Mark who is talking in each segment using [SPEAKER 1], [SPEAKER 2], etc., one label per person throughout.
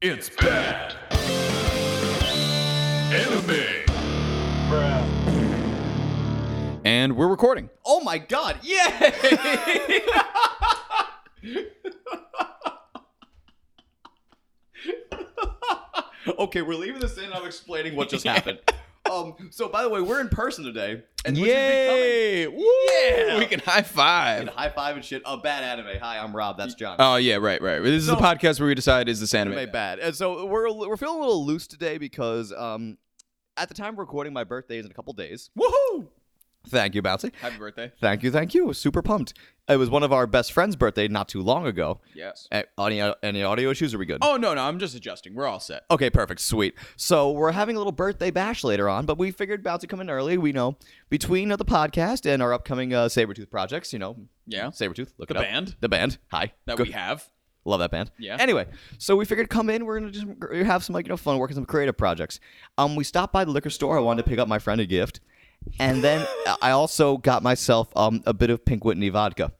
[SPEAKER 1] It's bad. Enemy.
[SPEAKER 2] And we're recording.
[SPEAKER 3] Oh my god! Yay! okay, we're leaving this in. I'm explaining what just happened. Um. So, by the way, we're in person today, and which is
[SPEAKER 2] Yay! Woo!
[SPEAKER 3] Yeah!
[SPEAKER 2] We can high
[SPEAKER 3] becoming
[SPEAKER 2] five.
[SPEAKER 3] high five and shit. A bad anime. Hi, I'm Rob. That's John.
[SPEAKER 2] Oh yeah, right, right. This is a
[SPEAKER 3] So-
[SPEAKER 2] podcast where we decide is this anime.
[SPEAKER 3] anime bad. And so we're we're feeling a little loose today because um, at the time of recording, my birthday is in a couple days.
[SPEAKER 2] Woohoo!
[SPEAKER 3] Thank you, Bouncy.
[SPEAKER 2] Happy birthday.
[SPEAKER 3] Thank you, thank you. Super pumped. It was one of our best friends' birthday not too long ago.
[SPEAKER 2] Yes.
[SPEAKER 3] Eh, Any any audio issues? Are we good?
[SPEAKER 2] Oh no, no, I'm just adjusting. We're all set.
[SPEAKER 3] Okay, perfect, sweet. So we're having a little birthday bash later on, but we figured about to come in early. We know between uh, the podcast and our upcoming uh, Sabretooth projects, you know.
[SPEAKER 2] Yeah.
[SPEAKER 3] Sabretooth, look
[SPEAKER 2] The
[SPEAKER 3] it up.
[SPEAKER 2] band.
[SPEAKER 3] The band. Hi.
[SPEAKER 2] That
[SPEAKER 3] Good-
[SPEAKER 2] we have.
[SPEAKER 3] Love that band.
[SPEAKER 2] Yeah.
[SPEAKER 3] Anyway, so we figured come in, we're gonna just have some like you know fun, working some creative projects. Um, we stopped by the liquor store. I wanted to pick up my friend a gift, and then I also got myself um a bit of Pink Whitney vodka.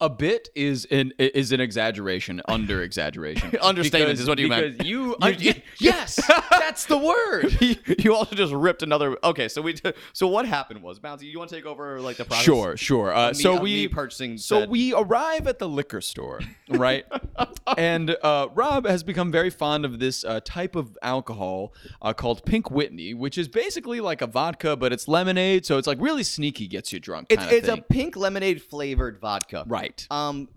[SPEAKER 2] A bit is an is an exaggeration, under exaggeration.
[SPEAKER 3] Understatement
[SPEAKER 2] Because-
[SPEAKER 3] is what you meant.
[SPEAKER 2] Because you,
[SPEAKER 3] You- you-
[SPEAKER 2] yes, that's the word.
[SPEAKER 3] you also just ripped another. Okay, so we so what happened was Bouncy. You want to take over like the projects?
[SPEAKER 2] Sure, sure. Uh,
[SPEAKER 3] me-
[SPEAKER 2] so
[SPEAKER 3] of
[SPEAKER 2] we
[SPEAKER 3] me purchasing
[SPEAKER 2] So
[SPEAKER 3] said-
[SPEAKER 2] we arrive at the liquor store, right? and uh, Rob has become very fond of this uh, type of alcohol uh, called Pink Whitney, which is basically like a vodka, but it's lemonade, so it's like really sneaky, gets you drunk. Uh,
[SPEAKER 3] It's
[SPEAKER 2] Kind
[SPEAKER 3] it's
[SPEAKER 2] of
[SPEAKER 3] a pink lemonade flavored vodka.
[SPEAKER 2] right.
[SPEAKER 3] Um,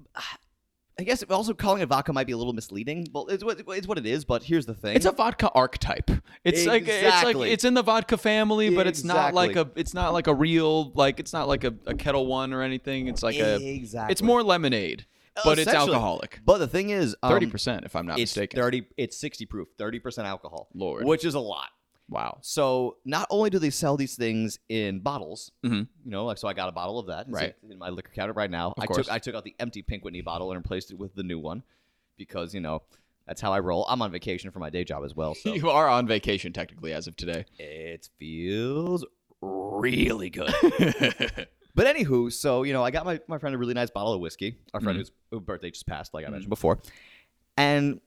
[SPEAKER 3] I guess also calling it vodka might be a little misleading. Well, it's what it's what it is. But here's the thing.
[SPEAKER 2] It's a vodka archetype. It's like it's like
[SPEAKER 3] Exactly.
[SPEAKER 2] it's in the vodka family, but it's not like a
[SPEAKER 3] Exactly.
[SPEAKER 2] it's not like a real like it's not like a, a kettle one or anything. It's like a
[SPEAKER 3] Exactly.
[SPEAKER 2] it's more lemonade, but it's
[SPEAKER 3] Essentially.
[SPEAKER 2] alcoholic.
[SPEAKER 3] But the thing is, um,
[SPEAKER 2] Thirty percent, if I'm not
[SPEAKER 3] It's
[SPEAKER 2] mistaken.
[SPEAKER 3] thirty. It's sixty proof, thirty percent alcohol.
[SPEAKER 2] Lord.
[SPEAKER 3] which is a lot.
[SPEAKER 2] Wow.
[SPEAKER 3] So not only do they sell these things in bottles,
[SPEAKER 2] Mhm.
[SPEAKER 3] you know, like so I got a bottle of that It's
[SPEAKER 2] Right.
[SPEAKER 3] in my liquor cabinet right now. I
[SPEAKER 2] course.
[SPEAKER 3] took I took out the empty Pink Whitney bottle and replaced it with the new one because you know that's how I roll. I'm on vacation for my day job as well, so
[SPEAKER 2] You are on vacation technically as of today.
[SPEAKER 3] it feels really good. But anywho, so you know, I got my, my friend a really nice bottle of whiskey. Our
[SPEAKER 2] Mm-hmm.
[SPEAKER 3] friend whose, whose birthday just passed, like I mentioned before, and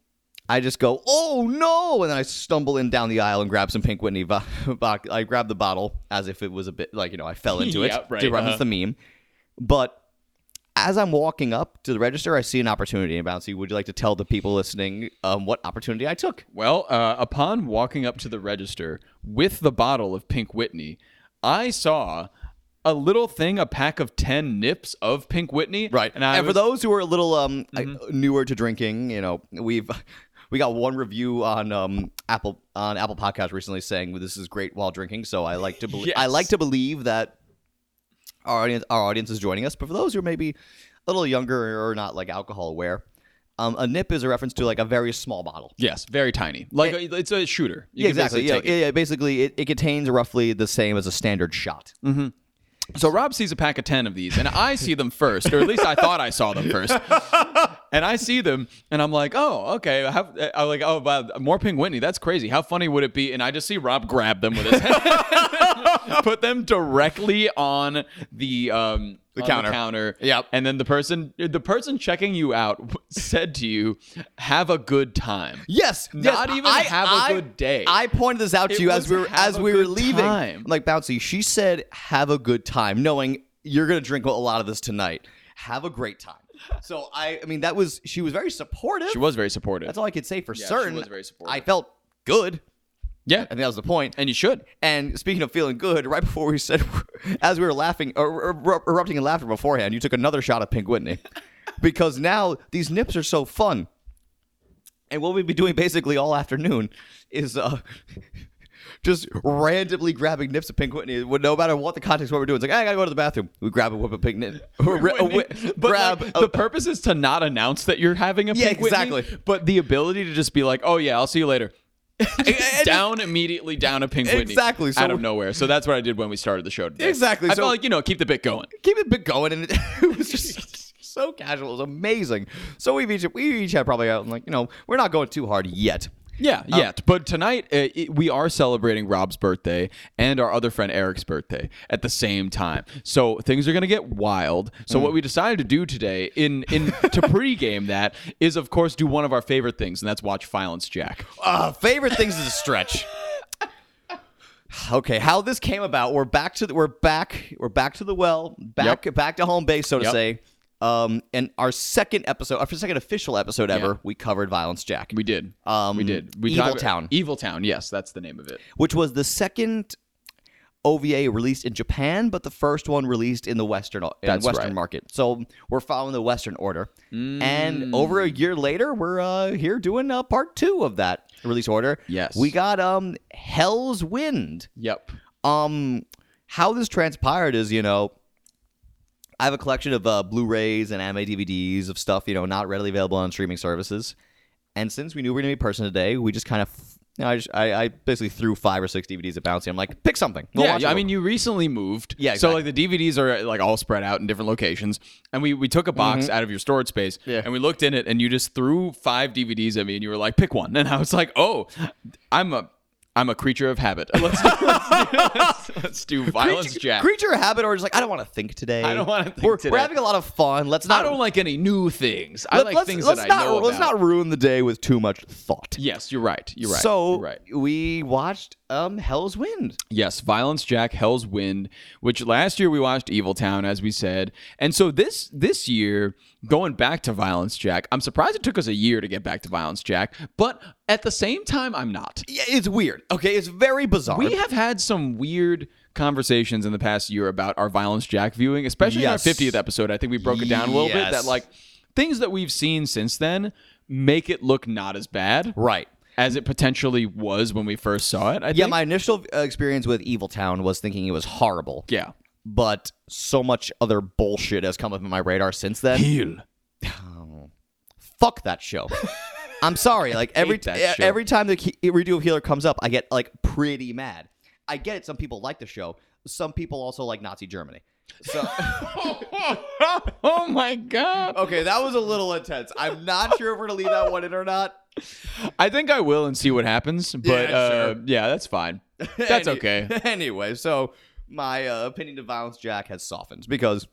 [SPEAKER 3] I just go, "Oh no!" And then I stumble in down the aisle and grab some Pink Whitney vo- vodka. I grab the bottle as if it was a bit like you know I fell into
[SPEAKER 2] Yeah,
[SPEAKER 3] it.
[SPEAKER 2] right,
[SPEAKER 3] to reference
[SPEAKER 2] uh-huh.
[SPEAKER 3] the meme, but. As I'm walking up to the register, I see an opportunity. And Bouncy, would you like to tell the people listening um, what opportunity I took?
[SPEAKER 2] well, uh, upon walking up to the register with the bottle of Pink Whitney, I saw a little thing, a pack of 10 nips of Pink Whitney.
[SPEAKER 3] And,
[SPEAKER 2] And I
[SPEAKER 3] for
[SPEAKER 2] was- Mm-hmm.
[SPEAKER 3] those who are a little um I- newer to drinking, you know, we've we got one review on um Apple on Apple Podcast recently saying this is great while drinking. So I like to believe I
[SPEAKER 2] Yes.
[SPEAKER 3] like to believe that our audience our audience is joining us. But for those who are maybe a little younger or not like alcohol aware, um, a nip is a reference to like a very small bottle.
[SPEAKER 2] Yes, very tiny. Like uh, it's a shooter. You
[SPEAKER 3] Eh.
[SPEAKER 2] can
[SPEAKER 3] Yeah, exactly.
[SPEAKER 2] basically
[SPEAKER 3] Yeah,
[SPEAKER 2] take it.
[SPEAKER 3] yeah, yeah, basically, it, it contains roughly the same as a standard shot.
[SPEAKER 2] So Rob sees a pack of 10 of these, and I see them first, or at least I thought I saw them first. And I see them, and I'm like, oh, okay. I have, I'm like, oh, wow, more Pink Whitney. That's crazy. How funny would it be? And I just see Rob grab them with his hand, put them directly on the. Um, on
[SPEAKER 3] counter.
[SPEAKER 2] counter.
[SPEAKER 3] Yep.
[SPEAKER 2] And then the person, the person checking you out, said to you, "Have a good time."
[SPEAKER 3] Yes,
[SPEAKER 2] Not
[SPEAKER 3] yes,
[SPEAKER 2] even have a good day.
[SPEAKER 3] I pointed this out to
[SPEAKER 2] It
[SPEAKER 3] you as
[SPEAKER 2] was
[SPEAKER 3] we were
[SPEAKER 2] have
[SPEAKER 3] as
[SPEAKER 2] a
[SPEAKER 3] we were
[SPEAKER 2] good
[SPEAKER 3] leaving.
[SPEAKER 2] time.
[SPEAKER 3] I'm like bouncy, she said, "Have a good time," knowing you're gonna drink a lot of this tonight. Have a great time. So I, I mean, that was she was very supportive.
[SPEAKER 2] She was very supportive.
[SPEAKER 3] That's all I could say for
[SPEAKER 2] she
[SPEAKER 3] certain.
[SPEAKER 2] was very supportive.
[SPEAKER 3] I felt good.
[SPEAKER 2] yeah,
[SPEAKER 3] I think that was the point.
[SPEAKER 2] and you should.
[SPEAKER 3] And speaking of feeling good, right before we said, as we were laughing or er- erupting in laughter beforehand, you took another shot of Pink Whitney because now these nips are so fun. And what we'd be doing basically all afternoon is uh, just randomly grabbing nips of Pink Whitney. Well, No matter what the context, what we're doing, it's like, I gotta go to the bathroom. We grab a whip of Pink Nip. Or ri- a
[SPEAKER 2] Whitney.
[SPEAKER 3] whip-
[SPEAKER 2] but
[SPEAKER 3] grab
[SPEAKER 2] like,
[SPEAKER 3] a-
[SPEAKER 2] the purpose is to not announce that you're having a
[SPEAKER 3] Yeah,
[SPEAKER 2] pink Whitney,
[SPEAKER 3] exactly.
[SPEAKER 2] but the ability to just be like, "Oh yeah, I'll see you later."
[SPEAKER 3] and-
[SPEAKER 2] down immediately down a pink Whitney
[SPEAKER 3] Exactly, so-
[SPEAKER 2] out of nowhere. So that's what I did when we started the show today.
[SPEAKER 3] Exactly,
[SPEAKER 2] I
[SPEAKER 3] so-
[SPEAKER 2] felt like you know keep the bit going.
[SPEAKER 3] keep it bit going, and it, it was just so casual. It was amazing. So we each we each had probably uh, like you know we're not going too hard yet.
[SPEAKER 2] Yeah, yeah. but tonight uh, it, we are celebrating Rob's birthday and our other friend Eric's birthday at the same time. So things are going to get wild. So what we decided to do today in in to pregame that is of course do one of our favorite things and that's watch Violence Jack.
[SPEAKER 3] Uh, favorite things is a stretch. Okay, how this came about? We're back to the, we're back we're back to the well, back back to home base, so to
[SPEAKER 2] Yep.
[SPEAKER 3] say. Um, and our second episode, our second official episode ever, we covered Violence Jack,
[SPEAKER 2] We did.
[SPEAKER 3] Um,
[SPEAKER 2] we did. We
[SPEAKER 3] Evil
[SPEAKER 2] talked-
[SPEAKER 3] Town.
[SPEAKER 2] Evil Town. Yes, that's the name of it.
[SPEAKER 3] which was the second OVA released in Japan, but the first one released in the Western in
[SPEAKER 2] That's
[SPEAKER 3] Western
[SPEAKER 2] right.
[SPEAKER 3] market. So we're following the Western order,
[SPEAKER 2] Mm.
[SPEAKER 3] and over a year later, we're uh, here doing uh, part two of that release order.
[SPEAKER 2] Yes.
[SPEAKER 3] we got um Hell's Wind.
[SPEAKER 2] Yep.
[SPEAKER 3] Um, how this transpired is, you know, I have a collection of uh, Blu-rays and anime DVDs of stuff, you know, not readily available on streaming services. And since we knew we were gonna be in person today, we just kind of, you know, I, just, I, I basically threw five or six DVDs at Bouncy. I'm like, pick something. We'll
[SPEAKER 2] yeah,
[SPEAKER 3] watch
[SPEAKER 2] yeah,
[SPEAKER 3] it.
[SPEAKER 2] I mean, you recently moved.
[SPEAKER 3] Yeah,
[SPEAKER 2] So like the DVDs are like all spread out in different locations, and we we took a box out of your storage space,
[SPEAKER 3] Mm-hmm. Yeah.
[SPEAKER 2] and we looked in it, and you just threw five DVDs at me, and you were like, "Pick one," and I was like, "Oh, I'm a." I'm a creature of habit. Let's do, let's do, let's do violence,
[SPEAKER 3] creature,
[SPEAKER 2] Jack.
[SPEAKER 3] creature of habit, or just like, I don't want to think today.
[SPEAKER 2] I don't wanna think
[SPEAKER 3] we're,
[SPEAKER 2] today.
[SPEAKER 3] We're having a lot of fun. Let's not.
[SPEAKER 2] I don't like any new things. I
[SPEAKER 3] let-
[SPEAKER 2] like
[SPEAKER 3] let's,
[SPEAKER 2] things
[SPEAKER 3] let's
[SPEAKER 2] that
[SPEAKER 3] not,
[SPEAKER 2] I know
[SPEAKER 3] Let's
[SPEAKER 2] about.
[SPEAKER 3] not ruin the day with too much thought.
[SPEAKER 2] Yes, you're right. You're right.
[SPEAKER 3] So
[SPEAKER 2] you're right.
[SPEAKER 3] we watched um Hell's Wind.
[SPEAKER 2] Yes, Violence Jack, Hell's Wind, which last year we watched Evil Town, as we said. And so this this year, going back to Violence Jack, I'm surprised it took us a year to get back to Violence Jack, but at the same time, I'm not.
[SPEAKER 3] Yeah, it's weird. Okay, it's very bizarre.
[SPEAKER 2] We have had some weird conversations in the past year about our Violence Jack viewing, especially
[SPEAKER 3] Yes.
[SPEAKER 2] in our 50th episode. I think we broke it down a little bit
[SPEAKER 3] Yes.
[SPEAKER 2] that like things that we've seen since then make it look not as bad
[SPEAKER 3] right.
[SPEAKER 2] as it potentially was when we first saw it. I
[SPEAKER 3] Yeah,
[SPEAKER 2] think.
[SPEAKER 3] my initial uh, experience with Evil Town was thinking it was horrible.
[SPEAKER 2] yeah.
[SPEAKER 3] But so much other bullshit has come up in my radar since then. Um,
[SPEAKER 2] Heel.
[SPEAKER 3] Fuck that show. I'm sorry. Like every
[SPEAKER 2] that
[SPEAKER 3] e-
[SPEAKER 2] show.
[SPEAKER 3] every time the he- redo of Healer comes up, I get like pretty mad. I get it. Some people like the show. Some people also like Nazi Germany. So
[SPEAKER 2] oh my god.
[SPEAKER 3] okay, that was a little intense. I'm not sure if we're gonna leave that one in or not.
[SPEAKER 2] I think I will and see what happens. But
[SPEAKER 3] Yeah,
[SPEAKER 2] uh,
[SPEAKER 3] sure.
[SPEAKER 2] yeah, that's fine. That's
[SPEAKER 3] Any-
[SPEAKER 2] okay.
[SPEAKER 3] Anyway, so my uh, opinion to violence Jack has softened because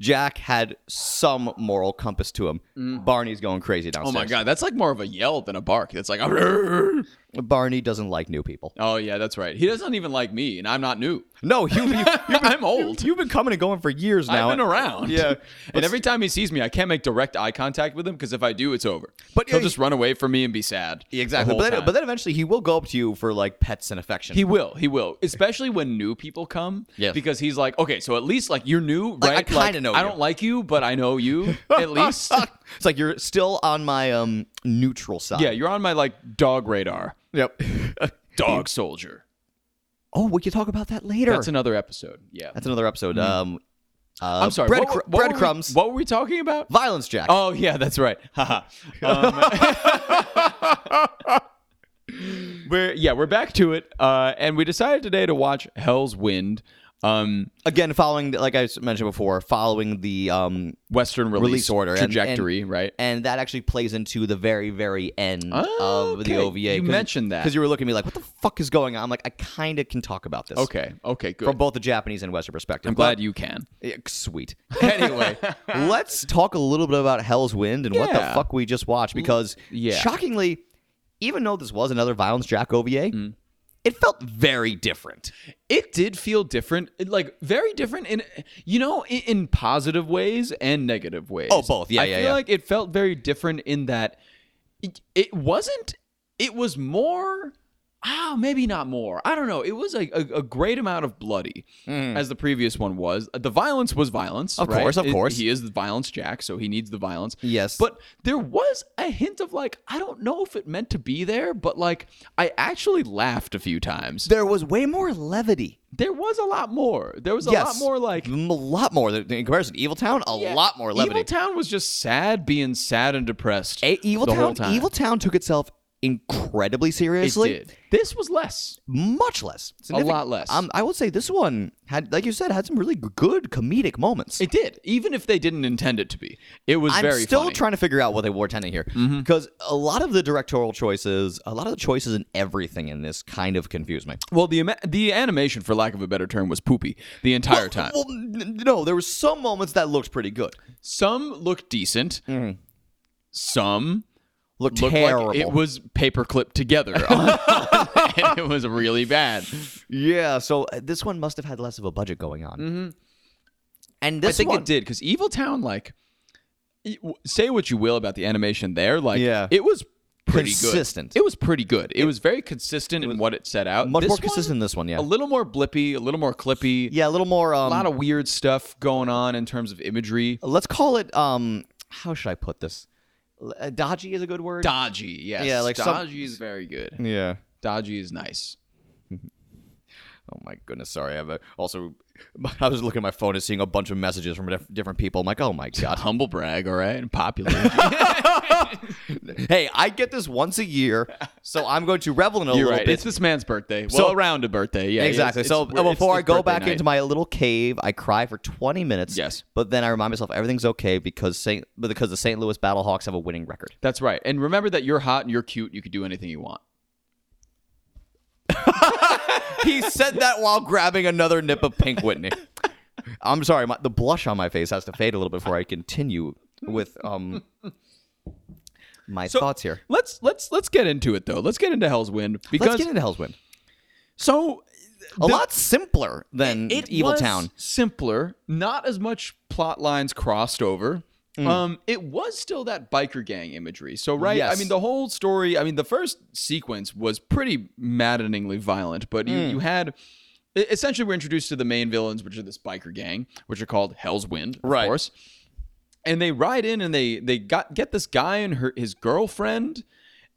[SPEAKER 3] Jack had some moral compass to him. Barney's going crazy
[SPEAKER 2] Oh
[SPEAKER 3] downstairs.
[SPEAKER 2] my god, that's like more of a yell than a bark. That's like "Arrgh."
[SPEAKER 3] Barney doesn't like new people.
[SPEAKER 2] Oh yeah, that's right. He doesn't even like me, and I'm not new.
[SPEAKER 3] No, you, you,
[SPEAKER 2] I'm old.
[SPEAKER 3] you've been coming and going for years now.
[SPEAKER 2] I've been around.
[SPEAKER 3] Yeah.
[SPEAKER 2] And every time he sees me, I can't make direct eye contact with him because if I do, it's over.
[SPEAKER 3] But,
[SPEAKER 2] he'll
[SPEAKER 3] uh,
[SPEAKER 2] just run away from me and be sad. the
[SPEAKER 3] exactly.
[SPEAKER 2] whole
[SPEAKER 3] But then,
[SPEAKER 2] time.
[SPEAKER 3] but then eventually he will go up to you for like pets and affection.
[SPEAKER 2] He will. He will. Especially when new people come.
[SPEAKER 3] Yes.
[SPEAKER 2] Because he's like, okay, so at least like you're new, right?
[SPEAKER 3] I kinda
[SPEAKER 2] Like,
[SPEAKER 3] know
[SPEAKER 2] I
[SPEAKER 3] you.
[SPEAKER 2] don't like you, but I know you at least.
[SPEAKER 3] it's like you're still on my um neutral side.
[SPEAKER 2] yeah, you're on my like dog radar.
[SPEAKER 3] Yep.
[SPEAKER 2] Dog soldier.
[SPEAKER 3] oh, we could talk about that later.
[SPEAKER 2] That's another episode. Yeah.
[SPEAKER 3] That's another episode. Um, uh,
[SPEAKER 2] I'm sorry.
[SPEAKER 3] Bread,
[SPEAKER 2] what were-
[SPEAKER 3] cr-
[SPEAKER 2] what were we-
[SPEAKER 3] breadcrumbs.
[SPEAKER 2] What were we talking about?
[SPEAKER 3] Violence Jack.
[SPEAKER 2] Oh yeah, that's right. Haha. um, we're yeah, we're back to it. Uh, and we decided today to watch Hell's Wind, um,
[SPEAKER 3] Again, following, the- like I s- mentioned before, following the um,
[SPEAKER 2] Western release,
[SPEAKER 3] release order and- and-
[SPEAKER 2] trajectory, right?
[SPEAKER 3] and that actually plays into the very, very end
[SPEAKER 2] Oh,
[SPEAKER 3] of the
[SPEAKER 2] okay.
[SPEAKER 3] OVA.
[SPEAKER 2] You mentioned that.
[SPEAKER 3] because you were looking at me like, "What the fuck is going on?" I'm like, I kind of can talk about this.
[SPEAKER 2] Okay. Okay. Good.
[SPEAKER 3] From both the Japanese and Western perspective.
[SPEAKER 2] I'm glad you can.
[SPEAKER 3] Yeah, sweet. Anyway, let's talk a little bit about Hell's Wind and what the
[SPEAKER 2] Yeah.
[SPEAKER 3] fuck we just watched because
[SPEAKER 2] yeah.
[SPEAKER 3] shockingly, even though this was another Violence Jack OVA,
[SPEAKER 2] Mm.
[SPEAKER 3] it felt very different.
[SPEAKER 2] It did feel different, like very different in, you know, in, in positive ways and negative ways.
[SPEAKER 3] Oh, both. Yeah,
[SPEAKER 2] I
[SPEAKER 3] yeah,
[SPEAKER 2] feel
[SPEAKER 3] yeah.
[SPEAKER 2] like it felt very different in that it, it wasn't. It was more. Ah, maybe not more. I don't know. It was a, a, a great amount of bloody, as the previous one was. The violence was violence.
[SPEAKER 3] Mm. Of
[SPEAKER 2] right?
[SPEAKER 3] course, of
[SPEAKER 2] It-
[SPEAKER 3] course.
[SPEAKER 2] he is the violence jack, so he needs the violence.
[SPEAKER 3] Yes.
[SPEAKER 2] But there was a hint of like, I don't know if it meant to be there, but like, I actually laughed a few times
[SPEAKER 3] There was way more levity.
[SPEAKER 2] there was a lot more. There was a lot more like
[SPEAKER 3] a lot more than- in comparison. Evil Town, a lot more levity.
[SPEAKER 2] Evil Town was just sad, being sad and depressed.
[SPEAKER 3] A- Evil
[SPEAKER 2] the
[SPEAKER 3] Town,
[SPEAKER 2] whole time.
[SPEAKER 3] Evil Town took itself incredibly seriously.
[SPEAKER 2] did. This was less.
[SPEAKER 3] Much less. Significant-
[SPEAKER 2] lot less.
[SPEAKER 3] Um, I would say this one had, like you said, had some really g- good comedic moments.
[SPEAKER 2] It did, even if they didn't intend it to be. It was
[SPEAKER 3] I'm
[SPEAKER 2] very
[SPEAKER 3] still
[SPEAKER 2] funny. Mm-hmm.
[SPEAKER 3] trying to figure out what they were intending here because a lot of the directorial choices, a lot of the choices in everything in this kind of confuse me.
[SPEAKER 2] Well, the ama- the animation, for lack of a better term, was poopy the entire time.
[SPEAKER 3] Well, n- no, there were some moments that looked pretty good.
[SPEAKER 2] Some looked decent. Some
[SPEAKER 3] Looked,
[SPEAKER 2] looked
[SPEAKER 3] Mm-hmm. terrible.
[SPEAKER 2] like it was paper clipped together, and it was really bad.
[SPEAKER 3] yeah, so uh, this one must have had less of a budget going on. And this
[SPEAKER 2] Mm-hmm. I think
[SPEAKER 3] one,
[SPEAKER 2] it did because Evil Town, like, e- w- say what you will about the animation there, like,
[SPEAKER 3] Yeah.
[SPEAKER 2] it was pretty
[SPEAKER 3] Consistent.
[SPEAKER 2] good. It was pretty good. It, was very consistent in what it set out.
[SPEAKER 3] much
[SPEAKER 2] This
[SPEAKER 3] more
[SPEAKER 2] one,
[SPEAKER 3] consistent than this one. Yeah,
[SPEAKER 2] A little more blippy, a little more clippy.
[SPEAKER 3] yeah, a little more. Um,
[SPEAKER 2] A lot of weird stuff going on in terms of imagery.
[SPEAKER 3] let's call it. Um, how should I put this? L- uh, Dodgy is a good word.
[SPEAKER 2] Dodgy, yes.
[SPEAKER 3] Yeah, like some-
[SPEAKER 2] dodgy is very good.
[SPEAKER 3] yeah.
[SPEAKER 2] Dodgy is nice.
[SPEAKER 3] Oh my goodness, sorry. I have a, also, I was looking at my phone and seeing a bunch of messages from diff- different people. I'm like, oh my god.
[SPEAKER 2] Humble brag, all right, and popular.
[SPEAKER 3] hey, I get this once a year, so I'm going to revel in it a
[SPEAKER 2] You're
[SPEAKER 3] little
[SPEAKER 2] right.
[SPEAKER 3] bit.
[SPEAKER 2] It's this man's birthday. Well,
[SPEAKER 3] So-
[SPEAKER 2] around a birthday, yeah.
[SPEAKER 3] exactly.
[SPEAKER 2] it's-
[SPEAKER 3] so
[SPEAKER 2] it's- it's
[SPEAKER 3] before I
[SPEAKER 2] his
[SPEAKER 3] go
[SPEAKER 2] birthday
[SPEAKER 3] back
[SPEAKER 2] night.
[SPEAKER 3] into my little cave, I cry for 20 minutes.
[SPEAKER 2] Yes.
[SPEAKER 3] but then I remind myself everything's okay because Saint because the St. Louis Battlehawks have a winning record.
[SPEAKER 2] That's right. And remember that you're hot and you're cute. You can do anything you want.
[SPEAKER 3] he said that while grabbing another nip of pink Whitney. I'm sorry, my, the blush on my face has to fade a little before I continue with um my thoughts here.
[SPEAKER 2] Let's let's let's get into it though. Let's get into Hell's Wind because
[SPEAKER 3] Let's get into Hell's Wind.
[SPEAKER 2] so
[SPEAKER 3] A lot simpler than
[SPEAKER 2] it
[SPEAKER 3] Evil
[SPEAKER 2] was
[SPEAKER 3] Town.
[SPEAKER 2] simpler. Not as much plot lines crossed over.
[SPEAKER 3] Mm.
[SPEAKER 2] Um, it was still that biker gang imagery. So right, I
[SPEAKER 3] Yes.
[SPEAKER 2] mean the whole story. I mean the first sequence was pretty maddeningly violent, but you,
[SPEAKER 3] Mm.
[SPEAKER 2] you had. e- Essentially, we're introduced to the main villains, which are this biker gang, which are called Hell's Wind, of
[SPEAKER 3] Right.
[SPEAKER 2] course. and they ride in and they they got get this guy and her his girlfriend
[SPEAKER 3] Mm.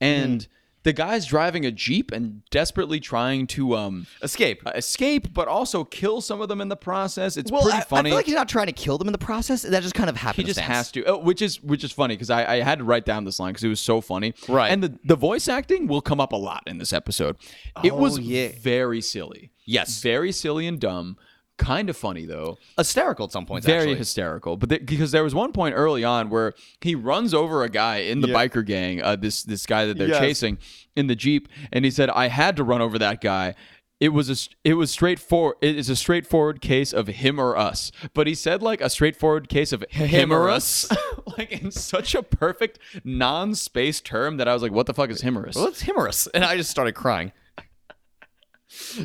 [SPEAKER 2] and the guy's driving a jeep and desperately trying to um
[SPEAKER 3] Escape.
[SPEAKER 2] escape but also kill some of them in the process it's
[SPEAKER 3] Well,
[SPEAKER 2] pretty
[SPEAKER 3] I, I
[SPEAKER 2] funny
[SPEAKER 3] feel like he's not trying to kill them in the process. That just kind of
[SPEAKER 2] he
[SPEAKER 3] happens.
[SPEAKER 2] just has to oh, which is which is funny because I, I had to write down this line because it was so funny
[SPEAKER 3] Right.
[SPEAKER 2] and the, the voice acting will come up a lot in this episode it was
[SPEAKER 3] Oh, yeah.
[SPEAKER 2] very silly
[SPEAKER 3] Yes.
[SPEAKER 2] very silly and dumb kind of funny though
[SPEAKER 3] hysterical at some points.
[SPEAKER 2] very
[SPEAKER 3] actually.
[SPEAKER 2] hysterical. But th- because there was one point early on where he runs over a guy in the biker gang, uh, this this guy that they're
[SPEAKER 3] Yes.
[SPEAKER 2] chasing in the jeep, and he said, "I had to run over that guy." It was a s- it was straightforward. It is a straightforward case of him or us. But he said like a straightforward case of him or us, like in such a perfect non-space term that I was like, "What the fuck is him or us?"
[SPEAKER 3] Well, it's humorous, and I just started crying.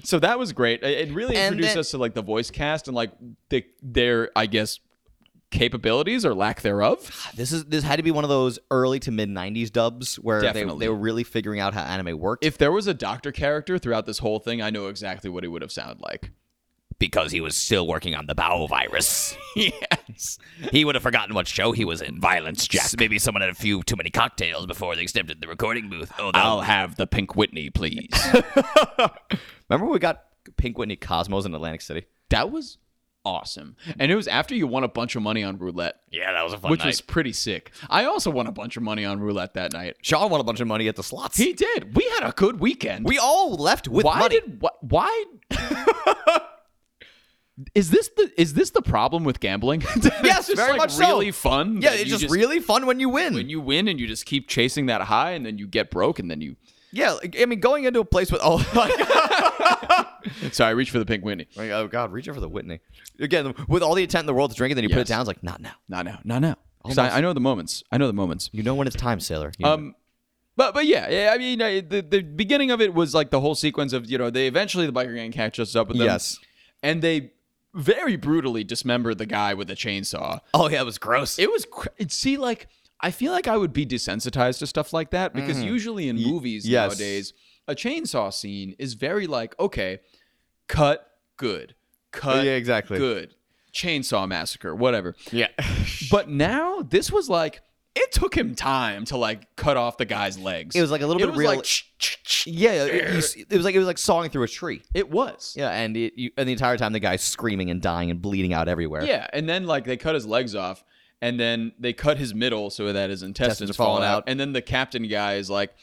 [SPEAKER 2] So that was great. It it really
[SPEAKER 3] And
[SPEAKER 2] introduced
[SPEAKER 3] then-
[SPEAKER 2] us to like the voice cast and like the, their I guess capabilities or lack thereof.
[SPEAKER 3] Ah, This is this had to be one of those early to mid '90s dubs where they,
[SPEAKER 2] Definitely.
[SPEAKER 3] they were really figuring out how anime worked.
[SPEAKER 2] if there was a doctor character throughout this whole thing, I know exactly what he would have sounded like.
[SPEAKER 1] because he was still working on the Bao virus.
[SPEAKER 2] yes.
[SPEAKER 1] He would have forgotten what show he was in. Violence Jack. Maybe someone had a few too many cocktails before they stepped into the recording booth. Oh, no.
[SPEAKER 2] I'll have the Pink Whitney, please.
[SPEAKER 3] Remember when we got Pink Whitney Cosmos in Atlantic City?
[SPEAKER 2] that was awesome. And it was after you won a bunch of money on roulette,
[SPEAKER 1] yeah, that was a fun
[SPEAKER 2] which
[SPEAKER 1] night.
[SPEAKER 2] was pretty sick. I also won a bunch of money on roulette that night.
[SPEAKER 3] Sean won a bunch of money at the slots.
[SPEAKER 2] He did. We had a good weekend.
[SPEAKER 3] we all left with
[SPEAKER 2] why
[SPEAKER 3] money.
[SPEAKER 2] did what why Is this the is this the problem with gambling?
[SPEAKER 3] Yes,
[SPEAKER 2] it's just
[SPEAKER 3] very
[SPEAKER 2] like
[SPEAKER 3] much so.
[SPEAKER 2] really fun.
[SPEAKER 3] yeah,
[SPEAKER 2] that
[SPEAKER 3] it's
[SPEAKER 2] you
[SPEAKER 3] just, really fun when you win.
[SPEAKER 2] when you win and you just keep chasing that high and then you get broke and then you
[SPEAKER 3] yeah, like, I mean, going into a place with oh,
[SPEAKER 2] Sorry, I reached for the pink Whitney.
[SPEAKER 3] like, oh God, reaching for the Whitney again with all the intent in the world to drink it, then you put
[SPEAKER 2] Yes.
[SPEAKER 3] it down. It's like not now.
[SPEAKER 2] Not now. Not now.
[SPEAKER 3] Oh,
[SPEAKER 2] 'Cause I, I know the moments. I know the moments.
[SPEAKER 3] You know when it's time, sailor. You know.
[SPEAKER 2] Um, but but yeah, yeah. I mean, I, the the beginning of it was like the whole sequence of you know they eventually the biker gang catches up with them.
[SPEAKER 3] Yes.
[SPEAKER 2] and they very brutally dismember the guy with a chainsaw.
[SPEAKER 3] oh yeah, it was gross.
[SPEAKER 2] It was cr- it- see like I feel like I would be desensitized to stuff like that because usually in movies
[SPEAKER 3] Mm-hmm. yes.
[SPEAKER 2] nowadays a chainsaw scene is very like okay, cut good, cut
[SPEAKER 3] Yeah, exactly.
[SPEAKER 2] good, chainsaw massacre whatever.
[SPEAKER 1] yeah.
[SPEAKER 2] But now this was like it took him time to like cut off the guy's legs.
[SPEAKER 3] It was like a little
[SPEAKER 2] It
[SPEAKER 3] bit
[SPEAKER 2] was
[SPEAKER 3] real.
[SPEAKER 2] like, "Shh, shh, shh."
[SPEAKER 3] yeah, it, you s- it was like it was like sawing through a tree.
[SPEAKER 2] it was. Yeah.
[SPEAKER 3] Yeah, and it, you, and the entire time the guy's screaming and dying and bleeding out everywhere.
[SPEAKER 2] and then like they cut his legs off, and then they cut his middle so that his intestines,
[SPEAKER 3] Intestines are
[SPEAKER 2] fall
[SPEAKER 3] falling
[SPEAKER 2] out.
[SPEAKER 3] out.
[SPEAKER 2] And then the captain guy is like.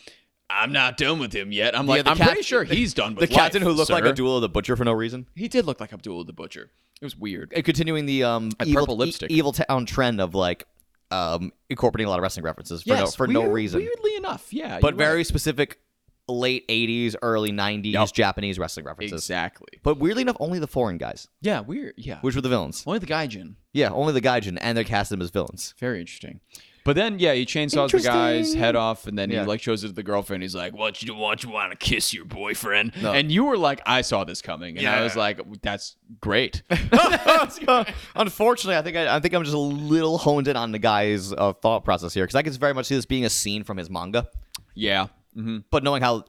[SPEAKER 2] I'm not done with him yet. I'm
[SPEAKER 3] Yeah,
[SPEAKER 2] like,
[SPEAKER 3] the
[SPEAKER 2] I'm
[SPEAKER 3] cap-
[SPEAKER 2] pretty sure he's done
[SPEAKER 3] The
[SPEAKER 2] with
[SPEAKER 3] captain
[SPEAKER 2] life,
[SPEAKER 3] who looked like
[SPEAKER 2] sir."
[SPEAKER 3] a duel of the butcher for no reason.
[SPEAKER 2] He did look like Abdul the Butcher. It was weird.
[SPEAKER 3] And continuing the um
[SPEAKER 2] Had
[SPEAKER 3] evil,
[SPEAKER 2] purple lipstick.
[SPEAKER 3] evil town trend of like um incorporating a lot of wrestling references for no
[SPEAKER 2] Yes,
[SPEAKER 3] for no
[SPEAKER 2] weird-
[SPEAKER 3] reason,
[SPEAKER 2] Weirdly enough, yeah.
[SPEAKER 3] but
[SPEAKER 2] you're
[SPEAKER 3] very
[SPEAKER 2] right.
[SPEAKER 3] specific late '80s, early '90s Japanese wrestling references.
[SPEAKER 2] exactly.
[SPEAKER 3] But weirdly enough, only the foreign guys,
[SPEAKER 2] Yeah, weird. Yeah.
[SPEAKER 3] which were the villains.
[SPEAKER 2] Only the Gaijin.
[SPEAKER 3] Yeah, only the gaijin, and they cast them as villains.
[SPEAKER 2] Very interesting. But then, yeah, he chainsaws the guy's head off, and then
[SPEAKER 3] Yeah.
[SPEAKER 2] he like shows it to the girlfriend. He's like, "What you want? You want to kiss your boyfriend?" And you were like, "I saw this coming," and I was
[SPEAKER 1] Yeah.
[SPEAKER 2] like, "That's great."
[SPEAKER 3] Unfortunately, I think I, I think I'm just a little honed in on the guy's uh, thought process here because I can very much see this being a scene from his manga.
[SPEAKER 2] yeah. hmm
[SPEAKER 3] But knowing how,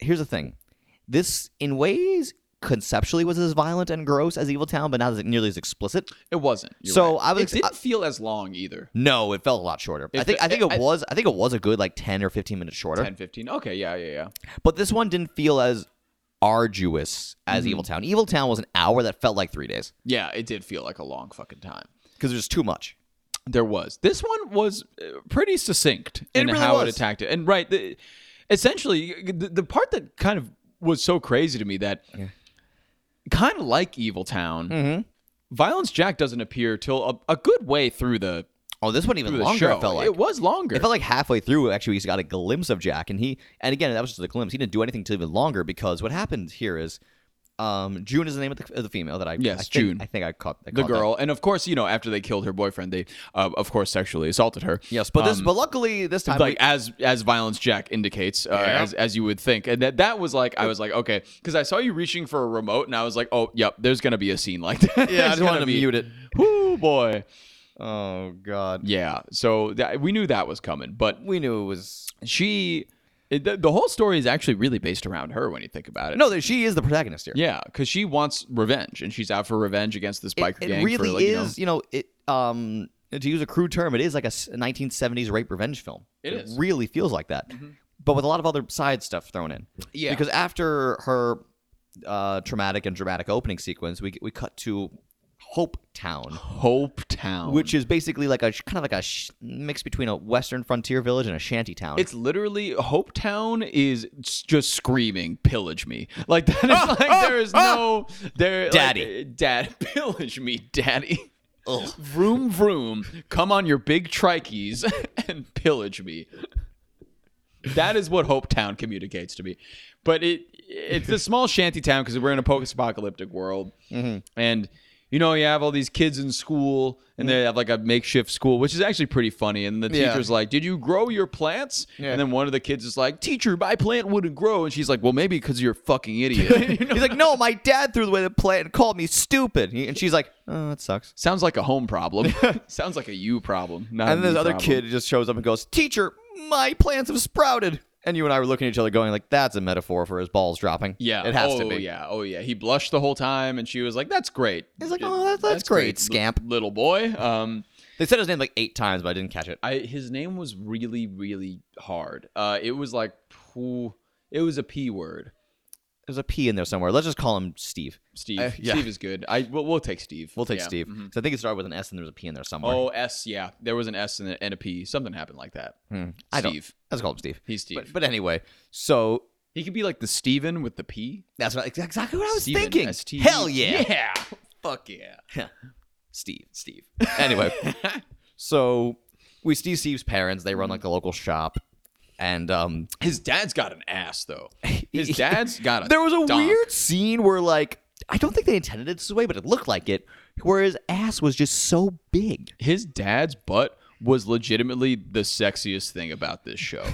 [SPEAKER 3] here's the thing, this in ways conceptually was as violent and gross as Evil Town, but not as nearly as explicit.
[SPEAKER 2] It wasn't. You're
[SPEAKER 3] So,
[SPEAKER 2] right.
[SPEAKER 3] I was
[SPEAKER 2] It
[SPEAKER 3] ex-
[SPEAKER 2] didn't feel as long either.
[SPEAKER 3] No, it felt a lot shorter. I
[SPEAKER 2] If
[SPEAKER 3] think
[SPEAKER 2] the-
[SPEAKER 3] I think it
[SPEAKER 2] I-
[SPEAKER 3] was I think it was a good like ten or fifteen minutes shorter.
[SPEAKER 2] 10, 15. Okay. Yeah. Yeah. Yeah.
[SPEAKER 3] But this one didn't feel as arduous
[SPEAKER 2] Hmm.
[SPEAKER 3] as Evil Town. Evil Town was an hour that felt like three days
[SPEAKER 2] Yeah. It did feel like a long fucking time.
[SPEAKER 3] because there's too much.
[SPEAKER 2] There was. This one was uh, pretty succinct in
[SPEAKER 3] really
[SPEAKER 2] how
[SPEAKER 3] was.
[SPEAKER 2] it attacked it. And right, the, essentially, the, the part that kind of was so crazy to me that kind of like Evil Town,
[SPEAKER 3] Mm-hmm.
[SPEAKER 2] Violence Jack doesn't appear till a, a good way through the,
[SPEAKER 3] Oh, this one even
[SPEAKER 2] through the
[SPEAKER 3] longer.
[SPEAKER 2] show.
[SPEAKER 3] It felt like
[SPEAKER 2] it was longer.
[SPEAKER 3] It felt like halfway through, actually, he's got a glimpse of Jack, and he, and again, that was just a glimpse. He didn't do anything till even longer because what happened here is, um, June is the name of the, of the female that I
[SPEAKER 2] Yes,
[SPEAKER 3] I think-
[SPEAKER 2] June.
[SPEAKER 3] I think I caught I
[SPEAKER 2] the
[SPEAKER 3] caught that.
[SPEAKER 2] girl, and of course, you know, after they killed her boyfriend, they, uh, of course, sexually assaulted her.
[SPEAKER 3] Yes, but this,
[SPEAKER 2] Um,
[SPEAKER 3] but luckily this time,
[SPEAKER 2] like as as violence jack indicates uh, as as you would think and that that was like i was like okay because i saw you reaching for a remote and i was like oh yep there's gonna be a scene like that
[SPEAKER 3] we, yeah, I just wanted to mute it.
[SPEAKER 2] oh boy
[SPEAKER 3] Oh God,
[SPEAKER 2] yeah so that, we knew that was coming but
[SPEAKER 3] we knew it was
[SPEAKER 2] she it, the, the whole story is actually really based around her when you think about it
[SPEAKER 3] no. that She is the protagonist here.
[SPEAKER 2] yeah because she wants revenge and she's out for revenge against this
[SPEAKER 3] it,
[SPEAKER 2] biker
[SPEAKER 3] it
[SPEAKER 2] gang for,
[SPEAKER 3] really
[SPEAKER 2] like, you know-
[SPEAKER 3] is. You know, it um. To use a crude term, it is like a s- 1970s rape revenge film.
[SPEAKER 2] It is. Mm-hmm.
[SPEAKER 3] really feels like that, but with a lot of other side stuff thrown in.
[SPEAKER 2] Yeah.
[SPEAKER 3] Because after her uh, traumatic and dramatic opening sequence, we we cut to Hope Town,
[SPEAKER 2] hope town
[SPEAKER 3] which is basically like a sh- kind of like a sh- mix between a western frontier village and a shanty town.
[SPEAKER 2] It's literally Hope Town is s- just screaming, pillage me. Like that is like there is no there like,
[SPEAKER 3] Daddy.
[SPEAKER 2] dad pillage me, daddy. Vroom vroom, come on your big trikeys and pillage me. That is what Hope Town communicates to me. But it it's a small shanty town because we're in a post-apocalyptic world,
[SPEAKER 3] Mm-hmm.
[SPEAKER 2] and you know you have all these kids in school, and they have like a makeshift school, which is actually pretty funny. And the
[SPEAKER 3] Yeah.
[SPEAKER 2] teacher's like, "Did you grow your plants?" And then one of the kids is like, "Teacher, my plant wouldn't grow," and she's like, "Well, maybe because you're a fucking idiot." You know?
[SPEAKER 3] He's like, no, my dad threw away the plant and called me stupid, He- and she's like, oh, that sucks.
[SPEAKER 2] Sounds like a home problem. Sounds like a you problem. Not
[SPEAKER 3] And
[SPEAKER 2] a
[SPEAKER 3] then
[SPEAKER 2] me
[SPEAKER 3] this other
[SPEAKER 2] problem.
[SPEAKER 3] kid just shows up and goes, teacher, my plants have sprouted. And you and I were looking at each other, going like, that's a metaphor for his balls dropping.
[SPEAKER 2] Yeah,
[SPEAKER 3] it has
[SPEAKER 2] oh,
[SPEAKER 3] to be.
[SPEAKER 2] Yeah, oh yeah. He blushed the whole time, and she was like, "That's great."
[SPEAKER 3] He's like, "Oh, that- that's great,
[SPEAKER 2] li-
[SPEAKER 3] scamp."
[SPEAKER 2] little boy." Um,
[SPEAKER 3] They said his name like eight times, but I didn't catch it.
[SPEAKER 2] I his name was really really hard. Uh, it was like poo. It was a p word.
[SPEAKER 3] There's a P in there somewhere. Let's just call him Steve.
[SPEAKER 2] Steve.
[SPEAKER 3] Uh, yeah.
[SPEAKER 2] Steve is good. I we'll, we'll take Steve.
[SPEAKER 3] We'll take
[SPEAKER 2] Yeah. mm-hmm.
[SPEAKER 3] Steve. So I think it started with an S and there was a P in there somewhere.
[SPEAKER 2] Oh S. Yeah, there was an S and a, and a P. Something happened like that.
[SPEAKER 3] Hmm. I don't-
[SPEAKER 2] Steve.
[SPEAKER 3] Let's call him Steve.
[SPEAKER 2] He's Steve.
[SPEAKER 3] But, but anyway, so
[SPEAKER 2] he could be like the Steven with the P.
[SPEAKER 3] that's what, exactly what I was
[SPEAKER 2] Steven,
[SPEAKER 3] thinking.
[SPEAKER 2] S-T-E-V.
[SPEAKER 3] Hell yeah.
[SPEAKER 2] Yeah. Fuck yeah.
[SPEAKER 3] Steve. Steve. Anyway, so we see Steve's parents.
[SPEAKER 2] Mm-hmm.
[SPEAKER 3] They run like the local shop. And um,
[SPEAKER 2] His dad's got an ass though. His dad's got a.
[SPEAKER 3] there was a
[SPEAKER 2] donk.
[SPEAKER 3] weird scene where, like, I don't think they intended it this way, but it looked like it, where his ass was just so big.
[SPEAKER 2] his dad's butt was legitimately the sexiest thing about this show.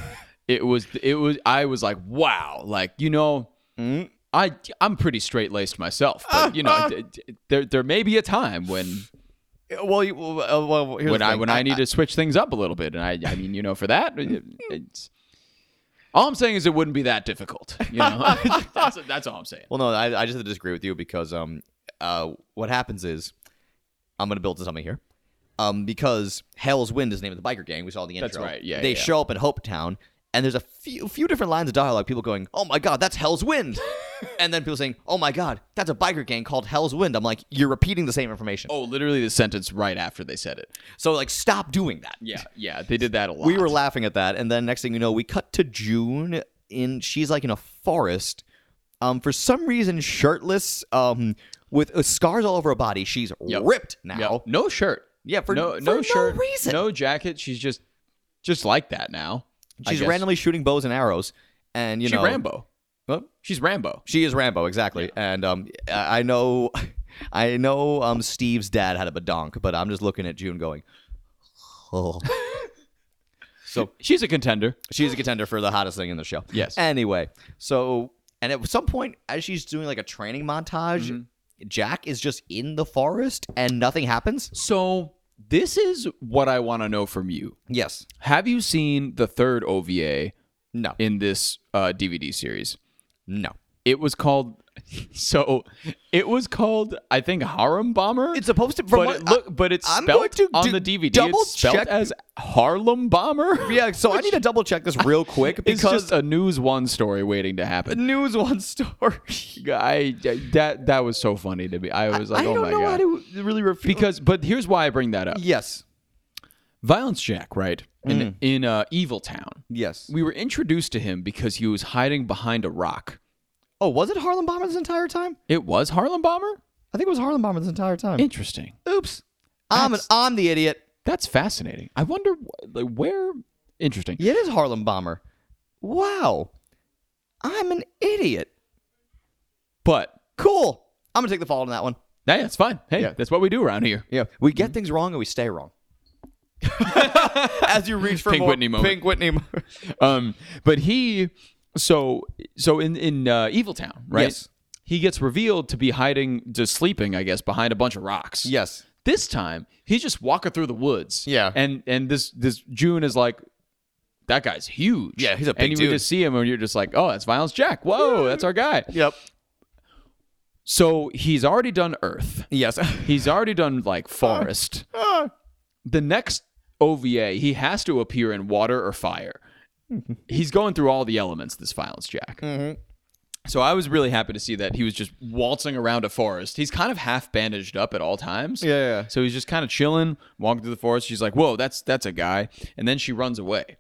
[SPEAKER 2] it was it was I was like, wow, like you know,
[SPEAKER 3] Hmm?
[SPEAKER 2] I I'm pretty straight laced myself, but you know, d- d- there there may be a time when
[SPEAKER 3] Well, you, well, uh, well here's
[SPEAKER 2] when
[SPEAKER 3] the
[SPEAKER 2] I
[SPEAKER 3] thing.
[SPEAKER 2] when I, need to switch things up a little bit, and I I mean you know for that. it- it's, all I'm saying is it wouldn't be that difficult. You know, that's, that's all I'm saying.
[SPEAKER 3] Well, no, I, I just disagree with you because um, uh, what happens is I'm gonna build to something here. Um, because Hell's Wind is the name of the biker gang. We saw the intro.
[SPEAKER 2] That's right, yeah,
[SPEAKER 3] They
[SPEAKER 2] yeah, yeah.
[SPEAKER 3] show up in Hope Town, and there's a few few different lines of dialogue. People going, "Oh my God, that's Hell's Wind," and then people saying, "Oh my God, that's a biker gang called Hell's Wind." I'm like, you're repeating the same information.
[SPEAKER 2] Oh, literally the sentence right after they said it.
[SPEAKER 3] So like, stop doing that.
[SPEAKER 2] Yeah, yeah, they did that a lot.
[SPEAKER 3] We were laughing at that, and then next thing you know, we cut to June in she's like in a forest, um, for some reason shirtless, um, with uh, scars all over her body. She's
[SPEAKER 2] Yep.
[SPEAKER 3] ripped
[SPEAKER 2] Yeah.
[SPEAKER 3] now.
[SPEAKER 2] No shirt.
[SPEAKER 3] Yeah, for-
[SPEAKER 2] no
[SPEAKER 3] for
[SPEAKER 2] no
[SPEAKER 3] no
[SPEAKER 2] shirt.
[SPEAKER 3] reason.
[SPEAKER 2] No jacket. She's just just like that now. I
[SPEAKER 3] She's
[SPEAKER 2] guess.
[SPEAKER 3] randomly shooting bows and arrows, and you
[SPEAKER 2] She
[SPEAKER 3] know
[SPEAKER 2] Rambo.
[SPEAKER 3] What?
[SPEAKER 2] She's Rambo.
[SPEAKER 3] She is Rambo, exactly. And um, I I know, I know. Um, Steve's dad had a badonk, but I'm just looking at June going, oh. so
[SPEAKER 2] She's a contender.
[SPEAKER 3] she's a contender for the hottest thing in the show.
[SPEAKER 2] Yes.
[SPEAKER 3] Anyway, so and at some point, as she's doing like a training montage, Jack is just in the forest and nothing happens.
[SPEAKER 2] So this is what I want to know from you.
[SPEAKER 3] Yes.
[SPEAKER 2] Have you seen the third OVA
[SPEAKER 3] No.
[SPEAKER 2] in this uh, DVD series?
[SPEAKER 3] No.
[SPEAKER 2] It was called. So it was called, I think, Harem Bomber.
[SPEAKER 3] It's supposed to. From
[SPEAKER 2] but
[SPEAKER 3] what,
[SPEAKER 2] it, look, but it's
[SPEAKER 3] I'm
[SPEAKER 2] spelled
[SPEAKER 3] going to
[SPEAKER 2] on
[SPEAKER 3] do-
[SPEAKER 2] the DVD.
[SPEAKER 3] double
[SPEAKER 2] It's spelled
[SPEAKER 3] check-
[SPEAKER 2] as Harlem Bomber.
[SPEAKER 3] yeah. So I need to double check this real quick
[SPEAKER 2] It's
[SPEAKER 3] because
[SPEAKER 2] just a News One story waiting to happen.
[SPEAKER 3] news one story.
[SPEAKER 2] I, I- that that was so funny to me. I was like,
[SPEAKER 3] I
[SPEAKER 2] oh
[SPEAKER 3] don't
[SPEAKER 2] my
[SPEAKER 3] know
[SPEAKER 2] god,
[SPEAKER 3] how to really refute.
[SPEAKER 2] because but here's why I bring that up.
[SPEAKER 3] yes,
[SPEAKER 2] Violence Jack, right? In
[SPEAKER 3] Mm.
[SPEAKER 2] in uh, Evil Town,
[SPEAKER 3] yes.
[SPEAKER 2] we were introduced to him because he was hiding behind a rock.
[SPEAKER 3] oh, was it Harlem Bomber this entire time?
[SPEAKER 2] It was Harlem Bomber.
[SPEAKER 3] I think it was Harlem Bomber this entire time.
[SPEAKER 2] Interesting.
[SPEAKER 3] Oops, I'm an,
[SPEAKER 2] That's-
[SPEAKER 3] I'm the idiot.
[SPEAKER 2] That's fascinating. I wonder wh- like, where. Interesting.
[SPEAKER 3] Yeah, It is Harlem Bomber. Wow, I'm an idiot.
[SPEAKER 2] But
[SPEAKER 3] Cool. I'm gonna take the fall on that one.
[SPEAKER 2] hey, that's fine. Hey, that's what we do around here.
[SPEAKER 3] Yeah, we
[SPEAKER 2] Mm-hmm.
[SPEAKER 3] get things wrong and we stay wrong. As you reach for
[SPEAKER 2] Pink
[SPEAKER 3] more,
[SPEAKER 2] Whitney moment.
[SPEAKER 3] Pink Whitney. moment.
[SPEAKER 2] um, but he so so in in uh, Evil Town, right?
[SPEAKER 3] Yes.
[SPEAKER 2] He gets revealed to be hiding, just sleeping, I guess, behind a bunch of rocks.
[SPEAKER 3] yes.
[SPEAKER 2] This time, he's just walking through the woods.
[SPEAKER 3] Yeah.
[SPEAKER 2] And and this this June is like, that guy's huge.
[SPEAKER 3] Yeah, he's a
[SPEAKER 2] and
[SPEAKER 3] big
[SPEAKER 2] you
[SPEAKER 3] dude.
[SPEAKER 2] just see him, and you're just like, oh, that's Violence Jack. Whoa, that's our guy.
[SPEAKER 3] Yep.
[SPEAKER 2] So he's already done Earth.
[SPEAKER 3] Yes.
[SPEAKER 2] He's already done like forest.
[SPEAKER 3] Uh,
[SPEAKER 2] The next OVA, he has to appear in water or fire. He's going through all the elements, this violence jack.
[SPEAKER 3] Mm-hmm.
[SPEAKER 2] So I was really happy to see that he was just waltzing around a forest. He's kind of half bandaged up at all times.
[SPEAKER 3] Yeah, yeah, yeah.
[SPEAKER 2] So he's just kind of chilling, walking through the forest. She's like, "Whoa, that's that's a guy," and then she runs away.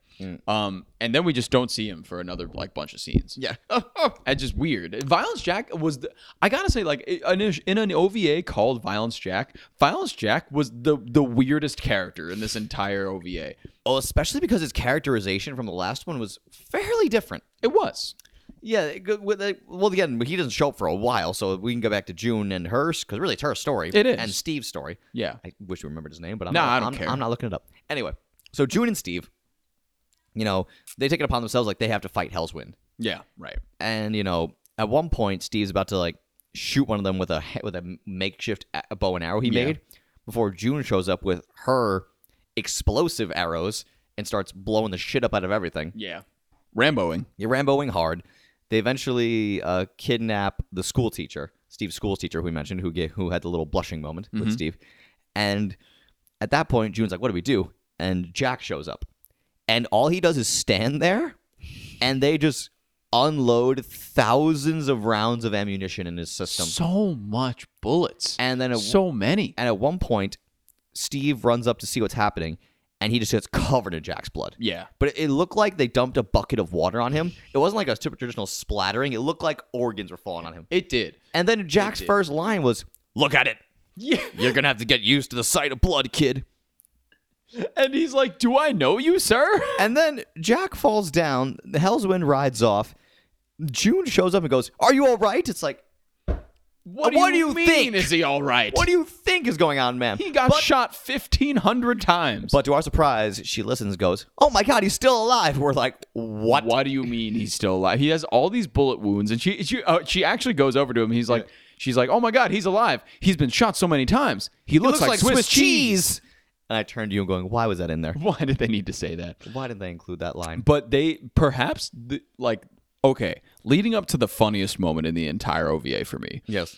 [SPEAKER 2] Um, and then we just don't see him for another like bunch of scenes.
[SPEAKER 3] Mm. yeah.
[SPEAKER 2] That's just weird. Violence Jack was the, I gotta say, like in a- in an OVA called Violence Jack, Violence Jack was the the weirdest character in this entire OVA.
[SPEAKER 3] oh, especially because his characterization from the last one was fairly different.
[SPEAKER 2] It was.
[SPEAKER 3] Yeah, it go- with the- well, again, he doesn't show up for a while, so we can go back to June and hers because really it's her story.
[SPEAKER 2] It is.
[SPEAKER 3] and Steve's story.
[SPEAKER 2] Yeah.
[SPEAKER 3] I wish we remembered his name, but I'm
[SPEAKER 2] Nah,
[SPEAKER 3] not,
[SPEAKER 2] I don't
[SPEAKER 3] am
[SPEAKER 2] care.
[SPEAKER 3] I'm not looking it up anyway. So June and Steve, you know, they take it upon themselves like they have to fight Hell's Wind,
[SPEAKER 2] Yeah. Right.
[SPEAKER 3] and you know, at one point Steve's about to like shoot one of them with a he- with a makeshift a- bow and arrow he made before June shows up with her explosive arrows and starts blowing the shit up out of everything.
[SPEAKER 2] Yeah. Ramboing.
[SPEAKER 3] You're Ramboing hard. They eventually uh, kidnap the school teacher, Steve's school teacher, who we mentioned, who gave, who had the little blushing moment
[SPEAKER 2] Mm-hmm.
[SPEAKER 3] with Steve. And at that point, June's like, "What do we do?" And Jack shows up, and all he does is stand there, and they just unload thousands of rounds of ammunition in his system.
[SPEAKER 2] So much bullets.
[SPEAKER 3] And then at
[SPEAKER 2] so many.
[SPEAKER 3] and at one point, Steve runs up to see what's happening, and he just gets covered in Jack's blood.
[SPEAKER 2] Yeah.
[SPEAKER 3] But it, it looked like they dumped a bucket of water on him. It wasn't like a typical traditional splattering. It looked like organs were falling on him.
[SPEAKER 2] It did.
[SPEAKER 3] And then Jack's first line was, "Look at it.
[SPEAKER 2] Yeah.
[SPEAKER 3] You're gonna have to get used to the sight of blood, kid."
[SPEAKER 2] And he's like, "Do I know you, sir?"
[SPEAKER 3] And then Jack falls down. The Hell's Wind rides off. June shows up and goes, "Are you all right?" It's like,
[SPEAKER 2] What
[SPEAKER 3] What do you
[SPEAKER 2] mean?
[SPEAKER 3] think?
[SPEAKER 2] Is he all right?
[SPEAKER 3] "What do you think is going on, man?"
[SPEAKER 2] he got shot fifteen hundred times.
[SPEAKER 3] But to our surprise, she listens, and goes, "Oh my God, he's still alive." We're like, "What?"
[SPEAKER 2] What do you mean he's still alive? He has all these bullet wounds, and she she uh, she actually goes over to him. He's like, she's like, oh my god, he's alive. He's been shot so many times. He looks, like, Swiss, cheese.
[SPEAKER 3] And I turned to you and going, "Why was that in there?
[SPEAKER 2] Why did they need to say that?
[SPEAKER 3] Why did they include that line?"
[SPEAKER 2] But they perhaps th- like okay, leading up to the funniest moment in the entire OVA for me.
[SPEAKER 3] Yes.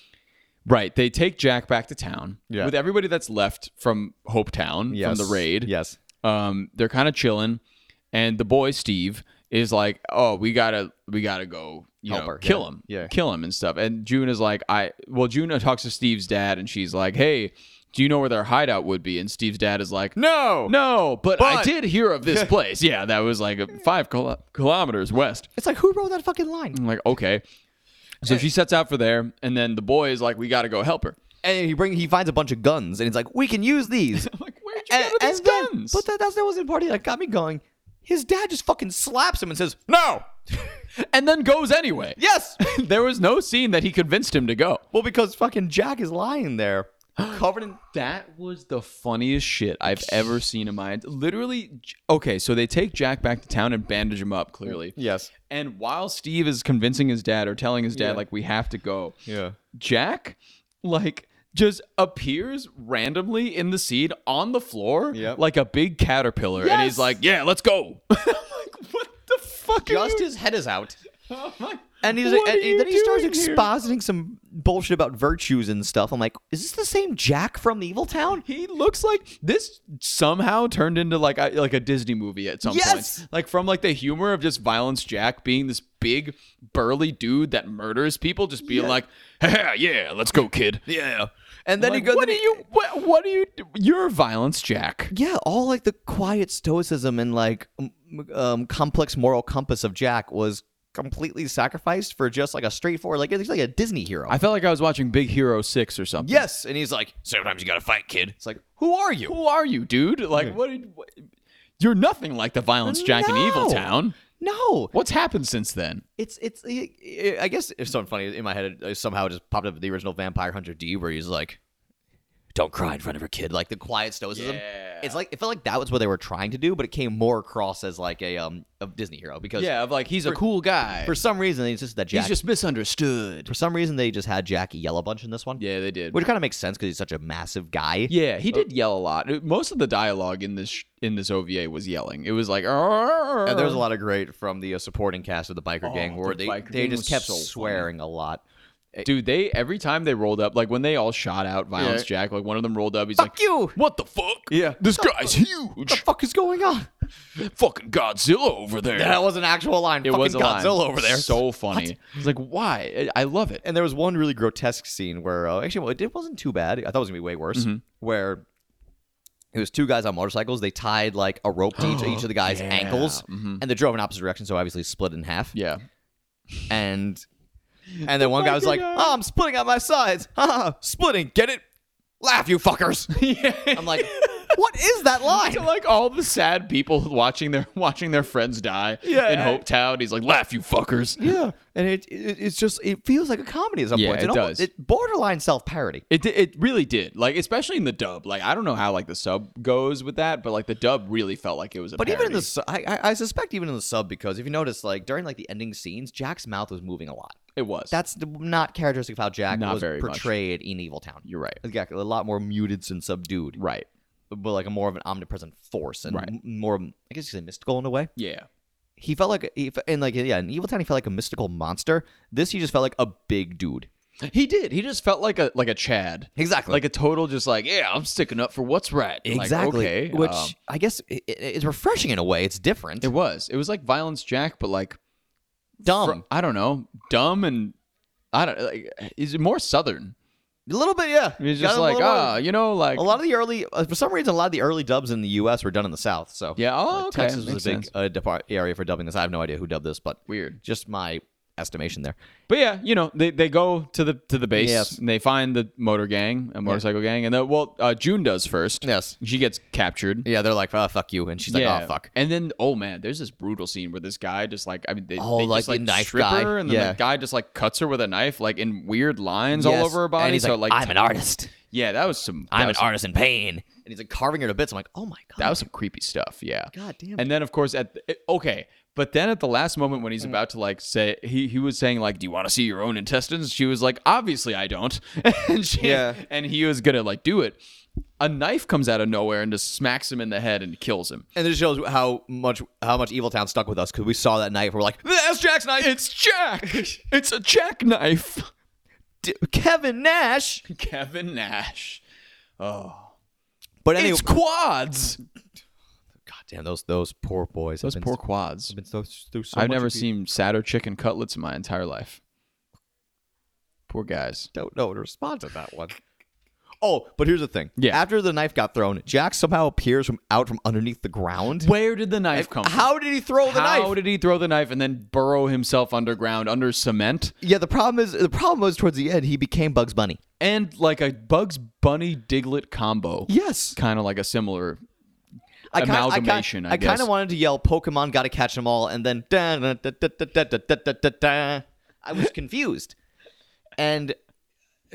[SPEAKER 2] Right, they take Jack back to town
[SPEAKER 3] Yeah.
[SPEAKER 2] with everybody that's left from Hopetown
[SPEAKER 3] Yes.
[SPEAKER 2] from the raid.
[SPEAKER 3] Yes.
[SPEAKER 2] um, they're kind of chilling, and the boy Steve is like, "Oh, we gotta, we gotta go, you
[SPEAKER 3] Help
[SPEAKER 2] know,
[SPEAKER 3] her,
[SPEAKER 2] kill
[SPEAKER 3] yeah,
[SPEAKER 2] him,
[SPEAKER 3] yeah.
[SPEAKER 2] kill him and stuff." And June is like, "I," well, June talks to Steve's dad, and she's like, "Hey, do you know where their hideout would be? And Steve's dad is like, no, no, but, I
[SPEAKER 3] but-
[SPEAKER 2] did hear of this place. Yeah, that was like five kilo- kilometers west.
[SPEAKER 3] It's like who wrote that fucking line?
[SPEAKER 2] I'm like, okay. So she sets out for there, and then the boy is like, we got to go help her.
[SPEAKER 3] And he bring he finds a bunch of guns and he's like, we can use these.
[SPEAKER 2] I'm like, where'd you get all these
[SPEAKER 3] then-
[SPEAKER 2] guns?
[SPEAKER 3] but that, that's that was the party that got me going. His dad just fucking slaps him and says, no.
[SPEAKER 2] and then goes anyway.
[SPEAKER 3] yes.
[SPEAKER 2] there was no scene that he convinced him to go.
[SPEAKER 3] well, because fucking Jack is lying there, covered in.
[SPEAKER 2] That was the funniest shit I've ever seen in my literally. J- Okay, so they take Jack back to town and bandage him up. Clearly,
[SPEAKER 3] Yes.
[SPEAKER 2] And while Steve is convincing his dad or telling his dad like we have to go,
[SPEAKER 3] Yeah.
[SPEAKER 2] Jack like just appears randomly in the seed on the floor
[SPEAKER 3] Yep.
[SPEAKER 2] like a big caterpillar, and he's
[SPEAKER 3] Yes.
[SPEAKER 2] like, "Yeah, let's go." I'm like, what the fuck?
[SPEAKER 3] Just
[SPEAKER 2] are you?
[SPEAKER 3] his head is out.
[SPEAKER 2] I'm like,
[SPEAKER 3] And he's
[SPEAKER 2] "What
[SPEAKER 3] and,
[SPEAKER 2] are you
[SPEAKER 3] and then he starts
[SPEAKER 2] doing here?"
[SPEAKER 3] expositing some bullshit about virtues and stuff. I'm like, is this the same Jack from Evil Town?
[SPEAKER 2] He looks like this somehow turned into like a, like a Disney movie at some
[SPEAKER 3] Yes!
[SPEAKER 2] point. Like from like the humor of just Violence Jack being this big burly dude that murders people, just being like, "Haha, yeah, let's go, kid.
[SPEAKER 3] Yeah. And then
[SPEAKER 2] Like,
[SPEAKER 3] he goes.
[SPEAKER 2] what do
[SPEAKER 3] then he-
[SPEAKER 2] you? What, what do you? do? You're Violence Jack.
[SPEAKER 3] Yeah, all like the quiet stoicism and like um, um, complex moral compass of Jack was completely sacrificed for just like a straightforward, like he's like a Disney hero.
[SPEAKER 2] I felt like I was watching Big Hero Six or something.
[SPEAKER 3] yes, and he's like,
[SPEAKER 1] Sometimes you gotta fight, kid.
[SPEAKER 3] it's like, who are you?
[SPEAKER 2] Who are you, dude? Like, what? Did, what you're nothing like the Violence Jack in Evil
[SPEAKER 3] No.
[SPEAKER 2] Town.
[SPEAKER 3] No,
[SPEAKER 2] What's happened since then?
[SPEAKER 3] it's it's. i i I guess it's something funny in my head. It somehow just popped up the original Vampire Hunter D, where he's like,
[SPEAKER 1] Don't cry in front of her, kid.
[SPEAKER 3] like the quiet stoicism.
[SPEAKER 2] Yeah.
[SPEAKER 3] It's like it felt like that was what they were trying to do, but it came more across as like a um a Disney hero because
[SPEAKER 2] Yeah, of like he's a cool guy.
[SPEAKER 3] for some reason they insisted that Jack.
[SPEAKER 2] he's just misunderstood.
[SPEAKER 3] for some reason they just had Jack yell a bunch in this one.
[SPEAKER 2] Yeah, they did.
[SPEAKER 3] which kind of makes sense because he's such a massive guy.
[SPEAKER 2] Yeah, he did yell a lot. It- Most of the dialogue in this sh- in this OVA was yelling. It was like, "Arr!"
[SPEAKER 3] And there's a lot of great from the uh, supporting cast of the biker gang where
[SPEAKER 2] the
[SPEAKER 3] they,
[SPEAKER 2] Oh, biker
[SPEAKER 3] they
[SPEAKER 2] gang
[SPEAKER 3] just
[SPEAKER 2] was
[SPEAKER 3] kept
[SPEAKER 2] so funny.
[SPEAKER 3] swearing a lot.
[SPEAKER 2] dude. They every time they rolled up, like when they all shot out Violence Jack, like one of them rolled up. He's
[SPEAKER 3] Fuck
[SPEAKER 2] like,
[SPEAKER 3] you!
[SPEAKER 2] "What the fuck?
[SPEAKER 3] Yeah.
[SPEAKER 2] this guy's
[SPEAKER 3] What
[SPEAKER 2] huge.
[SPEAKER 3] the fuck is going on?
[SPEAKER 1] Fucking Godzilla over there.
[SPEAKER 3] That was an actual line.
[SPEAKER 2] It
[SPEAKER 3] Fucking
[SPEAKER 2] was a line.
[SPEAKER 3] Godzilla over there.
[SPEAKER 2] So funny. It's like, why? I I love it.
[SPEAKER 3] and there was one really grotesque scene where uh, actually well, it wasn't too bad. I thought it was gonna be way worse.
[SPEAKER 2] Mm-hmm.
[SPEAKER 3] Where it was two guys on motorcycles. They tied like a rope to each, each of the guys' ankles, and they drove in opposite directions, so obviously split in half.
[SPEAKER 2] Mm-hmm. Yeah,
[SPEAKER 3] and and then one guy was like,
[SPEAKER 2] guy.
[SPEAKER 3] "Oh, I'm splitting on my sides, ha, splitting, get it? Laugh, you fuckers!" I'm like, "What is that line?"
[SPEAKER 2] To, like all the sad people watching their watching their friends die in Hope Town. He's like, "Laugh, you fuckers."
[SPEAKER 3] Yeah, and it, it it's just it feels like a comedy at some
[SPEAKER 2] Yeah,
[SPEAKER 3] point.
[SPEAKER 2] it
[SPEAKER 3] almost-
[SPEAKER 2] does.
[SPEAKER 3] It borderline self parody.
[SPEAKER 2] It, di- it really did like especially in the dub like I don't know how like the sub goes with that but like the dub really felt like it was a
[SPEAKER 3] But even in
[SPEAKER 2] parody.
[SPEAKER 3] the, su- I, I I suspect even in the sub because if you notice, like during like the ending scenes, Jack's mouth was moving a lot.
[SPEAKER 2] it was
[SPEAKER 3] That's the- not characteristic of how Jack
[SPEAKER 2] Not
[SPEAKER 3] was
[SPEAKER 2] very much.
[SPEAKER 3] portrayed in Evil Town.
[SPEAKER 2] You're right.
[SPEAKER 3] Exactly, a lot more muted and subdued,
[SPEAKER 2] Right.
[SPEAKER 3] but like a more of an omnipresent force and
[SPEAKER 2] Right.
[SPEAKER 3] m- more, I guess you could say mystical in a way.
[SPEAKER 2] Yeah.
[SPEAKER 3] he felt like he, fe- and like yeah, in Evil Town he felt like a mystical monster. This he just felt like a big dude.
[SPEAKER 2] He did. He just felt like a like a Chad.
[SPEAKER 3] Exactly.
[SPEAKER 2] Like a total just like, yeah, I'm sticking up for what's right. Like,
[SPEAKER 3] exactly.
[SPEAKER 2] okay.
[SPEAKER 3] Which
[SPEAKER 2] um,
[SPEAKER 3] I guess i i- is refreshing in a way. It's different.
[SPEAKER 2] it was. It was like Violence Jack but like
[SPEAKER 3] Dumb.
[SPEAKER 2] I don't know, dumb and I don't like is it more southern?
[SPEAKER 3] a little bit, yeah.
[SPEAKER 2] He's
[SPEAKER 3] Got
[SPEAKER 2] just
[SPEAKER 3] a
[SPEAKER 2] like,
[SPEAKER 3] little-
[SPEAKER 2] ah, you know, like
[SPEAKER 3] A lot of the early, uh, for some reason, a lot of the early dubs in the U.S. were done in the South. So
[SPEAKER 2] Yeah, oh,
[SPEAKER 3] Uh,
[SPEAKER 2] okay.
[SPEAKER 3] Texas was
[SPEAKER 2] Makes
[SPEAKER 3] a big
[SPEAKER 2] sense.
[SPEAKER 3] uh, depart- area for dubbing this. I have no idea who dubbed this, but
[SPEAKER 2] Weird.
[SPEAKER 3] Just my estimation there.
[SPEAKER 2] But yeah, you know, they, they go to the to the base
[SPEAKER 3] Yes.
[SPEAKER 2] and they find the motor gang, a motorcycle gang, and then well, uh, June does first.
[SPEAKER 3] Yes.
[SPEAKER 2] She gets captured.
[SPEAKER 3] Yeah, they're like, oh fuck you, and she's like, oh fuck.
[SPEAKER 2] And then, oh man, there's this brutal scene where this guy just like, I mean, they,
[SPEAKER 3] Oh,
[SPEAKER 2] they
[SPEAKER 3] like
[SPEAKER 2] just
[SPEAKER 3] the
[SPEAKER 2] like
[SPEAKER 3] knife
[SPEAKER 2] strip
[SPEAKER 3] guy.
[SPEAKER 2] her, and then
[SPEAKER 3] Yeah.
[SPEAKER 2] the guy just like cuts her with a knife, like in weird lines
[SPEAKER 3] Yes.
[SPEAKER 2] all over her body.
[SPEAKER 3] And he's
[SPEAKER 2] so
[SPEAKER 3] like,
[SPEAKER 2] like,
[SPEAKER 1] I'm an artist.
[SPEAKER 2] yeah, that was some, that
[SPEAKER 1] I'm an
[SPEAKER 2] was,
[SPEAKER 1] artist in pain.
[SPEAKER 3] And he's like carving her to bits. I'm like, oh my god.
[SPEAKER 2] that was some creepy stuff. Yeah.
[SPEAKER 3] God damn
[SPEAKER 2] And then of course at the, okay, but then at the last moment when he's
[SPEAKER 3] Mm.
[SPEAKER 2] about to like say he he was saying like, do you want to see your own intestines? She was like, obviously I don't. and she,
[SPEAKER 3] Yeah.
[SPEAKER 2] and he was gonna like do it. A knife comes out of nowhere and just smacks him in the head and kills him.
[SPEAKER 3] And this shows how much how much Evil Town stuck with us because we saw that knife. We're like, that's Jack's knife.
[SPEAKER 2] It's Jack. it's a jackknife.
[SPEAKER 3] D- Kevin Nash.
[SPEAKER 2] Kevin Nash.
[SPEAKER 3] But anyway,
[SPEAKER 2] It's quads.
[SPEAKER 3] God damn those those poor boys.
[SPEAKER 2] Those
[SPEAKER 3] have been
[SPEAKER 2] poor
[SPEAKER 3] so-
[SPEAKER 2] quads.
[SPEAKER 3] been so, through so
[SPEAKER 2] I've
[SPEAKER 3] much
[SPEAKER 2] never
[SPEAKER 3] abuse.
[SPEAKER 2] seen sadder chicken cutlets in my entire life. Poor guys.
[SPEAKER 3] Don't know what to respond to that one. Oh, but here's the thing.
[SPEAKER 2] Yeah.
[SPEAKER 3] After the knife got thrown, Jack somehow appears from out from underneath the ground.
[SPEAKER 2] Where did the knife come from?
[SPEAKER 3] How did he throw the
[SPEAKER 2] How
[SPEAKER 3] knife?
[SPEAKER 2] did he throw the knife and then burrow himself underground under cement?
[SPEAKER 3] yeah, the problem is the problem was towards the end he became Bugs Bunny.
[SPEAKER 2] And like a Bugs Bunny Diglett combo.
[SPEAKER 3] Yes.
[SPEAKER 2] Kind of like a similar
[SPEAKER 3] I kinda,
[SPEAKER 2] amalgamation, I
[SPEAKER 3] I, kind
[SPEAKER 2] guess.
[SPEAKER 3] of wanted to yell Pokemon got to catch them all and then da, da, da, da, da, da, da, da, da, da, da. I was confused. and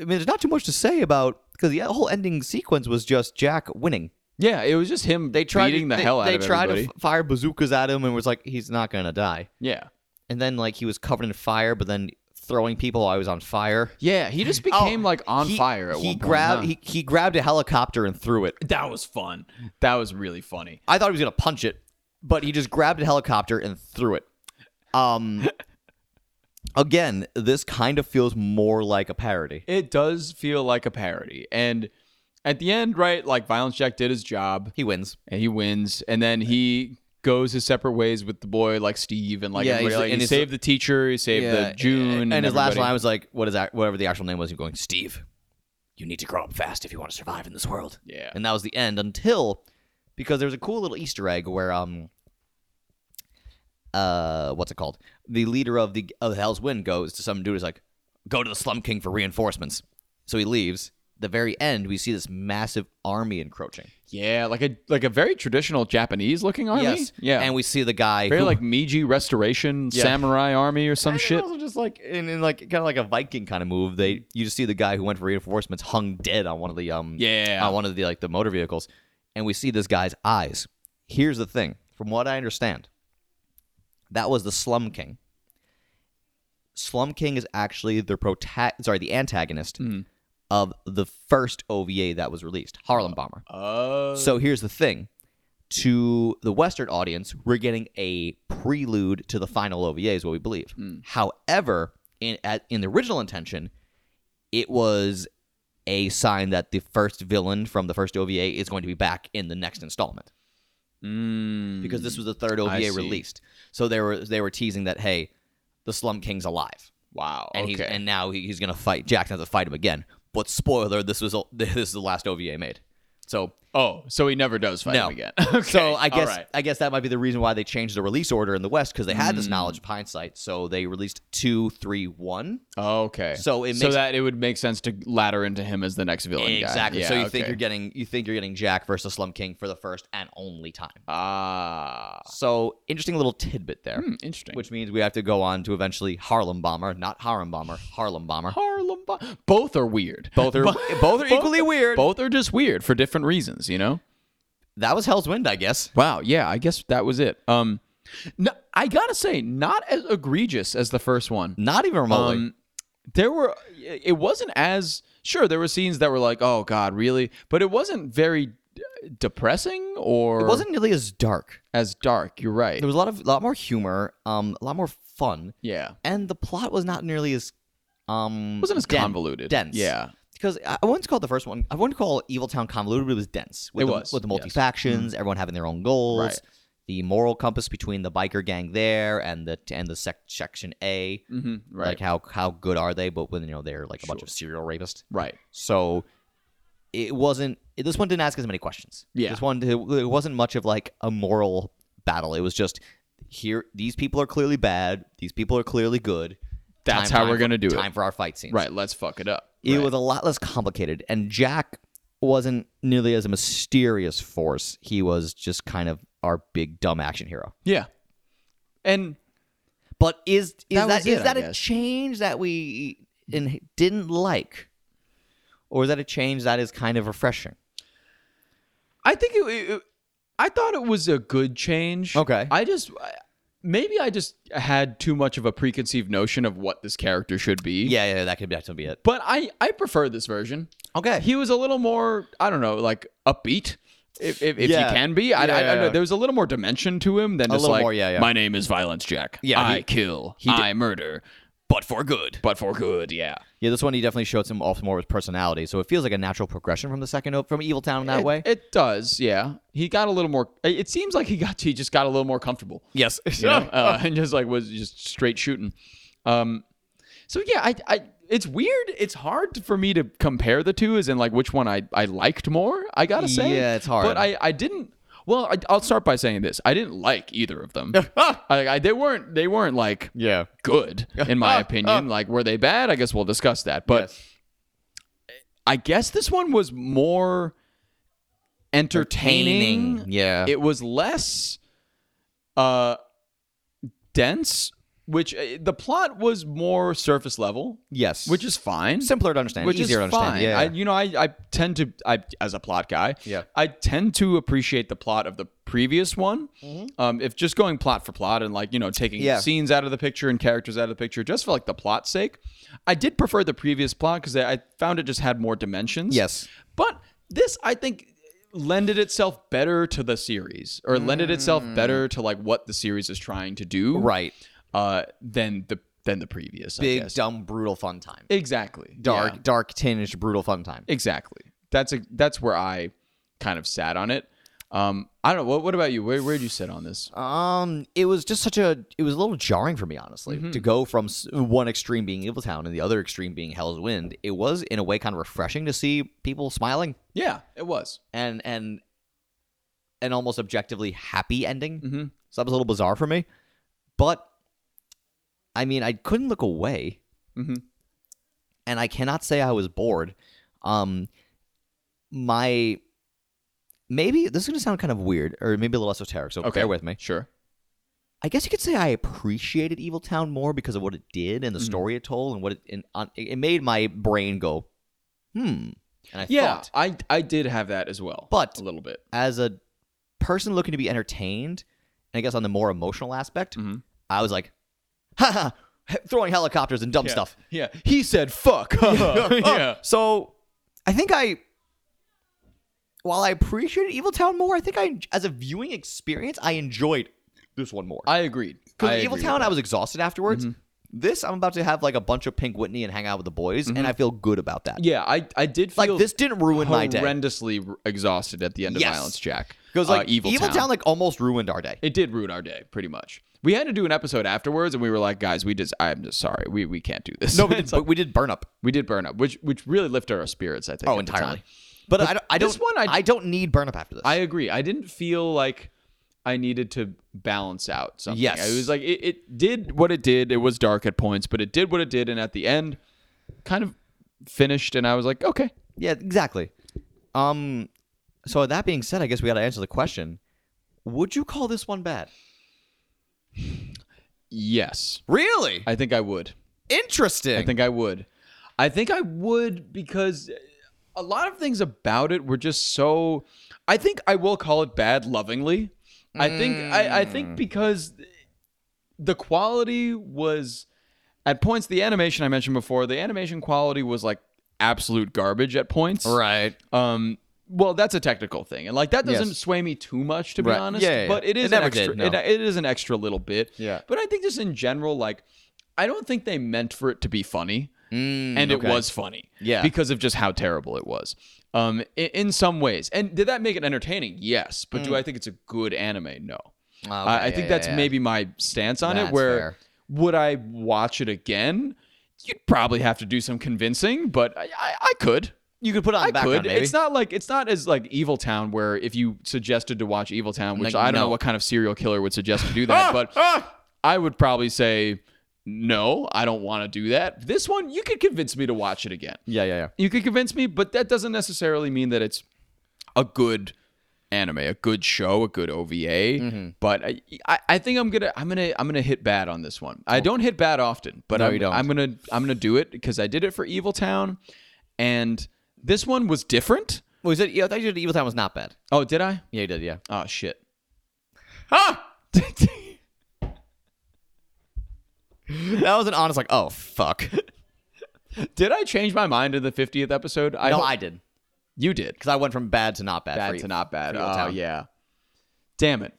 [SPEAKER 3] I mean there's not too much to say about cuz the whole ending sequence was just Jack winning.
[SPEAKER 2] Yeah, it was just him
[SPEAKER 3] They tried
[SPEAKER 2] beating
[SPEAKER 3] to,
[SPEAKER 2] the
[SPEAKER 3] they,
[SPEAKER 2] hell out
[SPEAKER 3] they
[SPEAKER 2] of
[SPEAKER 3] tried
[SPEAKER 2] everybody.
[SPEAKER 3] to f- fire bazookas at him and was like he's not going to die.
[SPEAKER 2] yeah.
[SPEAKER 3] and then like he was covered in fire, but then throwing people while he was on fire.
[SPEAKER 2] Yeah, he just became like on
[SPEAKER 3] Oh, He-
[SPEAKER 2] fire at
[SPEAKER 3] he
[SPEAKER 2] one
[SPEAKER 3] grabbed
[SPEAKER 2] point.
[SPEAKER 3] he, he grabbed a helicopter and threw it.
[SPEAKER 2] He, that was fun. That was really funny.
[SPEAKER 3] I thought he was gonna punch it, but he just grabbed a helicopter and threw it. Um, again, this kind of feels more like a parody.
[SPEAKER 2] It does feel like a parody. And at the end, right, like Violence Jack did his job
[SPEAKER 3] He wins.
[SPEAKER 2] and he wins. And then he goes his separate ways with the boy like Steve and like
[SPEAKER 3] Yeah,
[SPEAKER 2] everybody.
[SPEAKER 3] he's-
[SPEAKER 2] Like,
[SPEAKER 3] and
[SPEAKER 2] he
[SPEAKER 3] he's-
[SPEAKER 2] saved the teacher, he saved the June.
[SPEAKER 3] and,
[SPEAKER 2] And,
[SPEAKER 3] his last
[SPEAKER 2] everybody.
[SPEAKER 3] line was like, "What is that? Whatever the actual name was." He was going Steve,
[SPEAKER 1] Steve, you need to grow up fast if you want to survive in this world.
[SPEAKER 2] Yeah.
[SPEAKER 3] and that was the end until because there's a cool little Easter egg where um uh what's it called? The leader of the of Hell's Wind goes to some dude who's like, go to the Slum King for reinforcements. So he leaves. The very end, we see this massive army encroaching.
[SPEAKER 2] yeah, like a like a very traditional Japanese looking army.
[SPEAKER 3] Yes,
[SPEAKER 2] Yeah.
[SPEAKER 3] and we see the guy
[SPEAKER 2] very
[SPEAKER 3] who,
[SPEAKER 2] like Meiji Restoration Samurai Army or some shit.
[SPEAKER 3] Also just like in, in like kind of like a Viking kind of move. They you just see the guy who went for reinforcements hung dead on one of the um
[SPEAKER 2] Yeah.
[SPEAKER 3] on one of the like the motor vehicles, and we see this guy's eyes. Here's the thing, from what I understand, that was the Slum King. Slum King is actually the prota- sorry the antagonist
[SPEAKER 2] Hmm.
[SPEAKER 3] of the first OVA that was released, Harlem Bomber.
[SPEAKER 2] Uh,
[SPEAKER 3] So here's the thing. To the Western audience, we're getting a prelude to the final OVA, is what we believe.
[SPEAKER 2] Hmm.
[SPEAKER 3] However, in, at, in the original intention, it was a sign that the first villain from the first OVA is going to be back in the next installment
[SPEAKER 2] mm,
[SPEAKER 3] because this was the third OVA
[SPEAKER 2] see.
[SPEAKER 3] released. So they were they were teasing that hey, the Slum King's alive,
[SPEAKER 2] wow.
[SPEAKER 3] and
[SPEAKER 2] okay.
[SPEAKER 3] he's and now he- he's gonna fight Jack. Has to fight him again. But spoiler, this was all- this is the last OVA made. So
[SPEAKER 2] Oh, so he never does fight
[SPEAKER 3] No.
[SPEAKER 2] him again. okay.
[SPEAKER 3] So I
[SPEAKER 2] all
[SPEAKER 3] guess
[SPEAKER 2] right.
[SPEAKER 3] I guess that might be the reason why they changed the release order in the West because they had
[SPEAKER 2] Mm.
[SPEAKER 3] this knowledge of hindsight. So they released two, three, one.
[SPEAKER 2] Okay.
[SPEAKER 3] So it
[SPEAKER 2] so
[SPEAKER 3] makes-
[SPEAKER 2] that it would make sense to ladder into him as the next villain. guy.
[SPEAKER 3] Exactly.
[SPEAKER 2] Yeah,
[SPEAKER 3] so you
[SPEAKER 2] okay.
[SPEAKER 3] think you're getting you think you're getting Jack versus Slum King for the first and only time.
[SPEAKER 2] ah
[SPEAKER 3] So interesting little tidbit there,
[SPEAKER 2] hmm, interesting.
[SPEAKER 3] which means we have to go on to eventually Harlem Bomber, not Harlem Bomber, Harlem Bomber.
[SPEAKER 2] Harlem? Bo- both are weird. Both are
[SPEAKER 3] both are equally weird.
[SPEAKER 2] Both are just weird for different reasons. You know.
[SPEAKER 3] That was Hell's Wind, I guess.
[SPEAKER 2] Wow. Yeah. I guess that was it. Um, no, I gotta say, not as egregious as the first one.
[SPEAKER 3] Not even remotely.
[SPEAKER 2] Um, there were. It wasn't as sure. There were scenes that were like, "Oh God, really?" But it wasn't very d- depressing or
[SPEAKER 3] it wasn't nearly as dark.
[SPEAKER 2] as dark. You're right.
[SPEAKER 3] There was a lot of lot more humor, um, a lot more fun.
[SPEAKER 2] yeah.
[SPEAKER 3] and the plot was not nearly as um
[SPEAKER 2] Wasn't as
[SPEAKER 3] den-
[SPEAKER 2] convoluted.
[SPEAKER 3] dense
[SPEAKER 2] Yeah.
[SPEAKER 3] because I I wouldn't call the first one I wouldn't call Evil Town convoluted but it was dense with
[SPEAKER 2] It
[SPEAKER 3] the,
[SPEAKER 2] was,
[SPEAKER 3] with the
[SPEAKER 2] yes. Mm-hmm.
[SPEAKER 3] multi factions everyone having their own goals
[SPEAKER 2] Right.
[SPEAKER 3] the moral compass between the biker gang there and the and the sec- section A
[SPEAKER 2] hmm Right.
[SPEAKER 3] like how how good are they but when you know they're like a bunch of serial rapists
[SPEAKER 2] right.
[SPEAKER 3] so it wasn't it- this one didn't ask as many questions
[SPEAKER 2] Yeah.
[SPEAKER 3] this one it it wasn't much of like a moral battle it was just here these people are clearly bad these people are clearly good
[SPEAKER 2] That's how we're
[SPEAKER 3] for-
[SPEAKER 2] gonna do it.
[SPEAKER 3] time for our fight scenes
[SPEAKER 2] Right. Let's fuck it up.
[SPEAKER 3] it
[SPEAKER 2] Right.
[SPEAKER 3] was a lot less complicated and jack wasn't nearly as a mysterious force he was just kind of our big dumb action hero
[SPEAKER 2] Yeah. And
[SPEAKER 3] but is is
[SPEAKER 2] That
[SPEAKER 3] that,
[SPEAKER 2] was
[SPEAKER 3] is
[SPEAKER 2] it, I
[SPEAKER 3] that a
[SPEAKER 2] guess.
[SPEAKER 3] change that we in, didn't like or is that a change that is kind of refreshing
[SPEAKER 2] I think it, it- it- I thought it was a good change.
[SPEAKER 3] Okay.
[SPEAKER 2] I just I- maybe I just had too much of a preconceived notion of what this character should be.
[SPEAKER 3] Yeah, yeah, that could that could be it.
[SPEAKER 2] But I I prefer this version.
[SPEAKER 3] Okay.
[SPEAKER 2] He was a little more I don't know like upbeat. If, if, if
[SPEAKER 3] Yeah.
[SPEAKER 2] he can be, I, I, I
[SPEAKER 3] Yeah,
[SPEAKER 2] don't know.
[SPEAKER 3] yeah.
[SPEAKER 2] There was a little more dimension to him than just
[SPEAKER 3] little
[SPEAKER 2] like,
[SPEAKER 3] more, yeah, yeah.
[SPEAKER 2] my name is Violence Jack.
[SPEAKER 3] Yeah,
[SPEAKER 2] I
[SPEAKER 3] he-
[SPEAKER 2] kill.
[SPEAKER 3] he did-
[SPEAKER 2] I murder,
[SPEAKER 1] But for good.
[SPEAKER 2] but for good. Yeah.
[SPEAKER 3] yeah, this one he definitely showed some off more of his personality, so it feels like a natural progression from the second o- from Evil Town in that
[SPEAKER 2] It-
[SPEAKER 3] way.
[SPEAKER 2] It does, yeah. He got a little more. It it seems like he got he just got a little more comfortable,
[SPEAKER 1] Yes.
[SPEAKER 2] you know, uh, and just like was just straight shooting. Um, So yeah, I, I it's weird. It's hard for me to compare the two, as in like which one I, I liked more. I gotta say,
[SPEAKER 3] Yeah, it's hard.
[SPEAKER 2] But I, I didn't. Well, I, I'll start by saying this: I didn't like either of them. I, I, they weren't they weren't like
[SPEAKER 3] Yeah.
[SPEAKER 2] good in my opinion. Like were they bad? I guess we'll discuss that. But
[SPEAKER 3] Yes.
[SPEAKER 2] I guess this one was more entertaining.
[SPEAKER 3] Entertaining, yeah.
[SPEAKER 2] It was less uh dense, which uh, the plot was more surface level,
[SPEAKER 3] Yes.
[SPEAKER 2] which is fine.
[SPEAKER 3] simpler to understand,
[SPEAKER 2] Which
[SPEAKER 3] easier
[SPEAKER 2] is
[SPEAKER 3] to understand.
[SPEAKER 2] fine.
[SPEAKER 3] Yeah.
[SPEAKER 2] I, you know, I, I tend to, I as a plot guy,
[SPEAKER 3] Yeah.
[SPEAKER 2] I tend to appreciate the plot of the previous one. Um, if just going plot for plot and like you know taking
[SPEAKER 3] Mm-hmm. Yeah.
[SPEAKER 2] scenes out of the picture and characters out of the picture, just for like the plot's sake, I did prefer the previous plot because I, I found it just had more dimensions.
[SPEAKER 3] Yes.
[SPEAKER 2] but this I think lended itself better to the series or lended itself better to like what the series is trying to do
[SPEAKER 3] Mm. right.
[SPEAKER 2] uh than the than the previous I
[SPEAKER 3] Big,
[SPEAKER 2] guess.
[SPEAKER 3] dumb, brutal fun time.
[SPEAKER 2] exactly
[SPEAKER 3] Dark,
[SPEAKER 2] Yeah.
[SPEAKER 3] dark tinged, brutal fun time.
[SPEAKER 2] Exactly. That's a, that's where I kind of sat on it. Um, I don't know. What, what about you? Where where'd you sit on this?
[SPEAKER 3] Um, it was just such a. It was a little jarring for me, honestly, to go from s- one extreme being Evil Town and the other extreme being Hell's Wind. It was, in a way, kind of refreshing to see people smiling
[SPEAKER 2] Yeah, it was.
[SPEAKER 3] and and an almost objectively happy ending.
[SPEAKER 2] Mhm.
[SPEAKER 3] So that was a little bizarre for me, but I mean, I couldn't look away,
[SPEAKER 2] Mhm.
[SPEAKER 3] and I cannot say I was bored. Um, my maybe this is going to sound kind of weird, or maybe a little esoteric. So bear with me.
[SPEAKER 2] Sure.
[SPEAKER 3] I guess you could say I appreciated Evil Town more because of what it did and the
[SPEAKER 2] Mm.
[SPEAKER 3] story it told and what it and on, it it made my brain go, hmm. And I
[SPEAKER 2] Yeah,
[SPEAKER 3] thought,
[SPEAKER 2] I I did have that as well,
[SPEAKER 3] But-
[SPEAKER 2] a little bit.
[SPEAKER 3] as a person looking to be entertained, and I guess on the more emotional aspect,
[SPEAKER 2] Mm-hmm.
[SPEAKER 3] I was like, ha ha, throwing helicopters and dumb stuff.
[SPEAKER 2] Yeah, he said fuck. Oh. yeah.
[SPEAKER 3] So I think I, while I appreciated Evil Town more, I think I, as a viewing experience, I enjoyed this one more.
[SPEAKER 2] I agreed. I
[SPEAKER 3] Because Evil
[SPEAKER 2] agreed
[SPEAKER 3] Town,
[SPEAKER 2] with Mm-hmm.
[SPEAKER 3] I was exhausted afterwards. This, I'm about to have like a bunch of Pink Whitney and hang out with the boys, and I feel good about that.
[SPEAKER 2] that. Mm-hmm. Yeah, I I did feel
[SPEAKER 3] Like this didn't ruin my day.
[SPEAKER 2] horrendously exhausted at the end of
[SPEAKER 3] Yes.
[SPEAKER 2] Violence Jack.
[SPEAKER 3] Because
[SPEAKER 2] Uh,
[SPEAKER 3] like Evil, Town. like almost ruined our day.
[SPEAKER 2] it did ruin our day pretty much. We had to do an episode afterwards, and we were like, guys, we just I'm just sorry, we we can't do this.
[SPEAKER 3] No, but,
[SPEAKER 2] It's
[SPEAKER 3] but we did burn up.
[SPEAKER 2] We did burn up, which which really lifted our spirits. I think.
[SPEAKER 3] Oh,
[SPEAKER 2] at the
[SPEAKER 3] entirely.
[SPEAKER 2] time.
[SPEAKER 3] But, I don't. I don't,
[SPEAKER 2] this one I-
[SPEAKER 3] I don't need burn up after this.
[SPEAKER 2] I agree. I didn't feel like I needed to balance out something.
[SPEAKER 3] Yes.
[SPEAKER 2] it was like it, it did what it did. It was dark at points, but it did what it did, and at the end, kind of finished. And I was like, okay,
[SPEAKER 3] yeah, exactly. Um. So that being said, I guess we got to answer the question: Would you call this one bad?
[SPEAKER 2] yes,
[SPEAKER 3] Really
[SPEAKER 2] I think I would.
[SPEAKER 3] interesting.
[SPEAKER 2] I think I would. I think I would because a lot of things about it were just so. I think I will call it bad lovingly. I think I, I think because the quality was at points the animation I mentioned before the animation quality was like absolute garbage at points.
[SPEAKER 3] right.
[SPEAKER 2] Um. Well, that's a technical thing, and like that doesn't
[SPEAKER 3] Yes.
[SPEAKER 2] sway me too much, to
[SPEAKER 3] Right.
[SPEAKER 2] be honest.
[SPEAKER 3] Yeah, yeah, yeah.
[SPEAKER 2] But it
[SPEAKER 3] It
[SPEAKER 2] is an
[SPEAKER 3] never
[SPEAKER 2] extra.
[SPEAKER 3] did, no.
[SPEAKER 2] it- it is an extra little bit.
[SPEAKER 3] Yeah.
[SPEAKER 2] But I think just in general, like, I don't think they meant for it to be funny, and
[SPEAKER 3] Mm, okay.
[SPEAKER 2] it was funny.
[SPEAKER 3] Yeah.
[SPEAKER 2] Because of just how terrible it was. Um, i- in, some ways, and did that make it entertaining? Yes. But
[SPEAKER 3] Mm.
[SPEAKER 2] do I think it's a good anime? No. I, I think that's maybe my stance on it.
[SPEAKER 3] That's
[SPEAKER 2] Where
[SPEAKER 3] fair.
[SPEAKER 2] would I watch it again? You'd probably have to do some convincing, but I, I, I could.
[SPEAKER 3] you could put it on
[SPEAKER 2] I
[SPEAKER 3] the background.
[SPEAKER 2] could.
[SPEAKER 3] Maybe.
[SPEAKER 2] It's not like it's not as like Evil Town, where if you suggested to watch Evil Town, which
[SPEAKER 3] Like,
[SPEAKER 2] I don't
[SPEAKER 3] no. Ah!
[SPEAKER 2] know what kind of serial killer would suggest to do that, but I would probably say no, I don't want to do that. This one, you could convince me to watch it again.
[SPEAKER 3] yeah, yeah, yeah.
[SPEAKER 2] You could convince me, but that doesn't necessarily mean that it's a good anime, a good show, a good OVA.
[SPEAKER 3] Mm-hmm.
[SPEAKER 2] But I, I, I think I'm gonna, I'm gonna, I'm gonna hit bad on this one. I don't hit bad often, but
[SPEAKER 3] Oh. No,
[SPEAKER 2] I'm,
[SPEAKER 3] you don't.
[SPEAKER 2] I'm gonna, I'm gonna do it because I did it for Evil Town, and this one was different.
[SPEAKER 3] Was it? Yeah, I thought you did Evil Town was not bad.
[SPEAKER 2] Oh, did I?
[SPEAKER 3] Yeah, you did. Yeah.
[SPEAKER 2] Oh shit.
[SPEAKER 3] that was an honest like, oh fuck.
[SPEAKER 2] Did I change my mind in the 50th episode? I
[SPEAKER 3] no,
[SPEAKER 2] hope-
[SPEAKER 3] I did
[SPEAKER 2] you did.
[SPEAKER 3] because I went from bad to not bad.
[SPEAKER 2] Bad
[SPEAKER 3] for
[SPEAKER 2] to not bad.
[SPEAKER 3] for Evil
[SPEAKER 2] Oh
[SPEAKER 3] Town.
[SPEAKER 2] yeah. Damn it.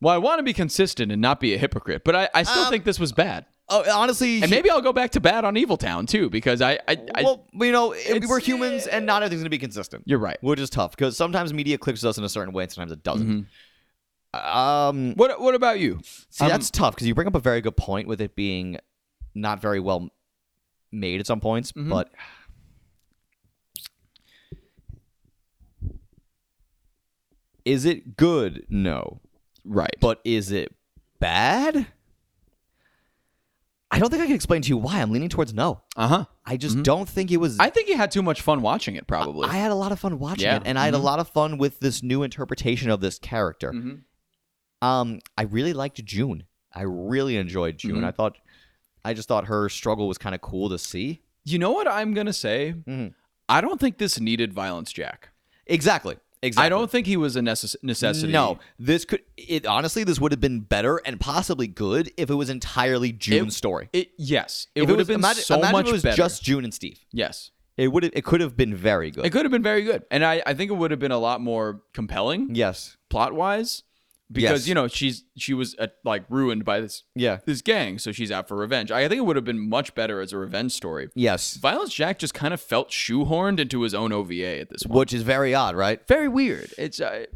[SPEAKER 2] Well, I want to be consistent and not be a hypocrite, but I, I still
[SPEAKER 3] Um,
[SPEAKER 2] think this was bad.
[SPEAKER 3] Oh, honestly,
[SPEAKER 2] And maybe I'll go back to bad on Evil Town too, because I, I, I
[SPEAKER 3] well, you know, it,
[SPEAKER 2] it's-
[SPEAKER 3] we're humans, and not everything's gonna be consistent.
[SPEAKER 2] you're right.
[SPEAKER 3] Which is tough because sometimes media clicks with us in a certain way, and sometimes it doesn't. Um,
[SPEAKER 2] What what about you?
[SPEAKER 3] see, that's tough because you bring up a very good point with it being not very well made at some points, but is it good? No.
[SPEAKER 2] Right.
[SPEAKER 3] But is it bad? I don't think I can explain to you why I'm leaning towards no.
[SPEAKER 2] Uh huh.
[SPEAKER 3] I just don't think it was
[SPEAKER 2] I think he had too much fun watching it. Probably.
[SPEAKER 3] I had a lot of fun watching
[SPEAKER 2] Yeah. Mm-hmm.
[SPEAKER 3] it, and I had a lot of fun with this new interpretation of this character.
[SPEAKER 2] Mm-hmm.
[SPEAKER 3] Um, I really liked June. I really enjoyed June.
[SPEAKER 2] Mm-hmm.
[SPEAKER 3] I thought, I just thought her struggle was kind of cool to see.
[SPEAKER 2] you know what I'm gonna say?
[SPEAKER 3] Mm-hmm.
[SPEAKER 2] I don't think this needed violence, Jack.
[SPEAKER 3] Exactly. Exactly.
[SPEAKER 2] I don't think he was a necess- necessity.
[SPEAKER 3] No, this could. It honestly, this would have been better and possibly good if it was entirely June's story.
[SPEAKER 2] It, yes, it
[SPEAKER 3] If
[SPEAKER 2] would have
[SPEAKER 3] was-
[SPEAKER 2] been
[SPEAKER 3] imagine,
[SPEAKER 2] so
[SPEAKER 3] imagine
[SPEAKER 2] much
[SPEAKER 3] if it was
[SPEAKER 2] better.
[SPEAKER 3] just June and Steve.
[SPEAKER 2] yes,
[SPEAKER 3] It would. It could have been very good.
[SPEAKER 2] it could have been very good, and I, I think it would have been a lot more compelling
[SPEAKER 3] yes.
[SPEAKER 2] plot wise because
[SPEAKER 3] Yes.
[SPEAKER 2] you know she's she was uh, like ruined by this
[SPEAKER 3] Yeah.
[SPEAKER 2] this gang, so she's out for revenge. I think it would have been much better as a revenge story.
[SPEAKER 3] Yes.
[SPEAKER 2] Violence Jack just kind of felt shoehorned into his own OVA at this point.
[SPEAKER 3] Which is very odd, right?
[SPEAKER 2] Very weird. It's uh,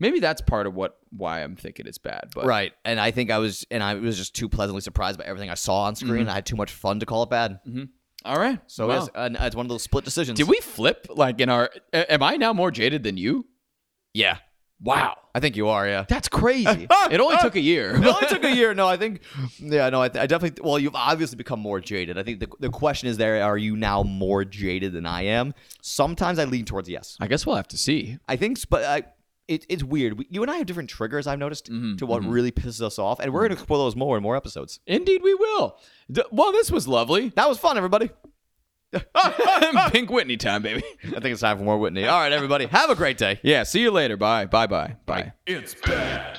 [SPEAKER 2] maybe that's part of what why I'm thinking it's bad, but
[SPEAKER 3] Right. And I think I was, and I was just too pleasantly surprised by everything I saw on screen. I had too much fun to call it bad.
[SPEAKER 2] all right.
[SPEAKER 3] So
[SPEAKER 2] Mm-hmm. Wow.
[SPEAKER 3] it's, and it's one of those split decisions.
[SPEAKER 2] Did we flip like in our? a- Am I now more jaded than you?
[SPEAKER 3] Yeah.
[SPEAKER 2] Wow,
[SPEAKER 3] I think you are, yeah.
[SPEAKER 2] that's crazy. it only took a year.
[SPEAKER 3] No, it took a year. No, I think, yeah, no, I, I definitely, well, you've obviously become more jaded. I think the, the question is there, are you now more jaded than I am? Sometimes I lean towards yes.
[SPEAKER 2] I guess we'll have to see.
[SPEAKER 3] I think, s- but I, it, it's weird. We, you and I have different triggers, I've noticed,
[SPEAKER 2] Mm-hmm.
[SPEAKER 3] to what really pisses us off. And we're going to explore those more in more episodes.
[SPEAKER 2] Indeed, we will. D- well, this was lovely.
[SPEAKER 3] That was fun, everybody.
[SPEAKER 2] Pink Whitney time, baby.
[SPEAKER 3] I think it's time for more Whitney. All right, everybody, have a great day.
[SPEAKER 2] Yeah. See you later. Bye. Bye. Bye. Bye.
[SPEAKER 4] It's bad.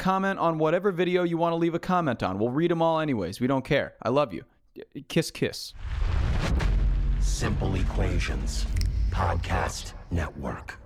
[SPEAKER 2] comment on whatever video you want to leave a comment on. We'll read them all anyways. We don't care. I love you. Kiss, kiss.
[SPEAKER 5] Simple Equations Podcast Network.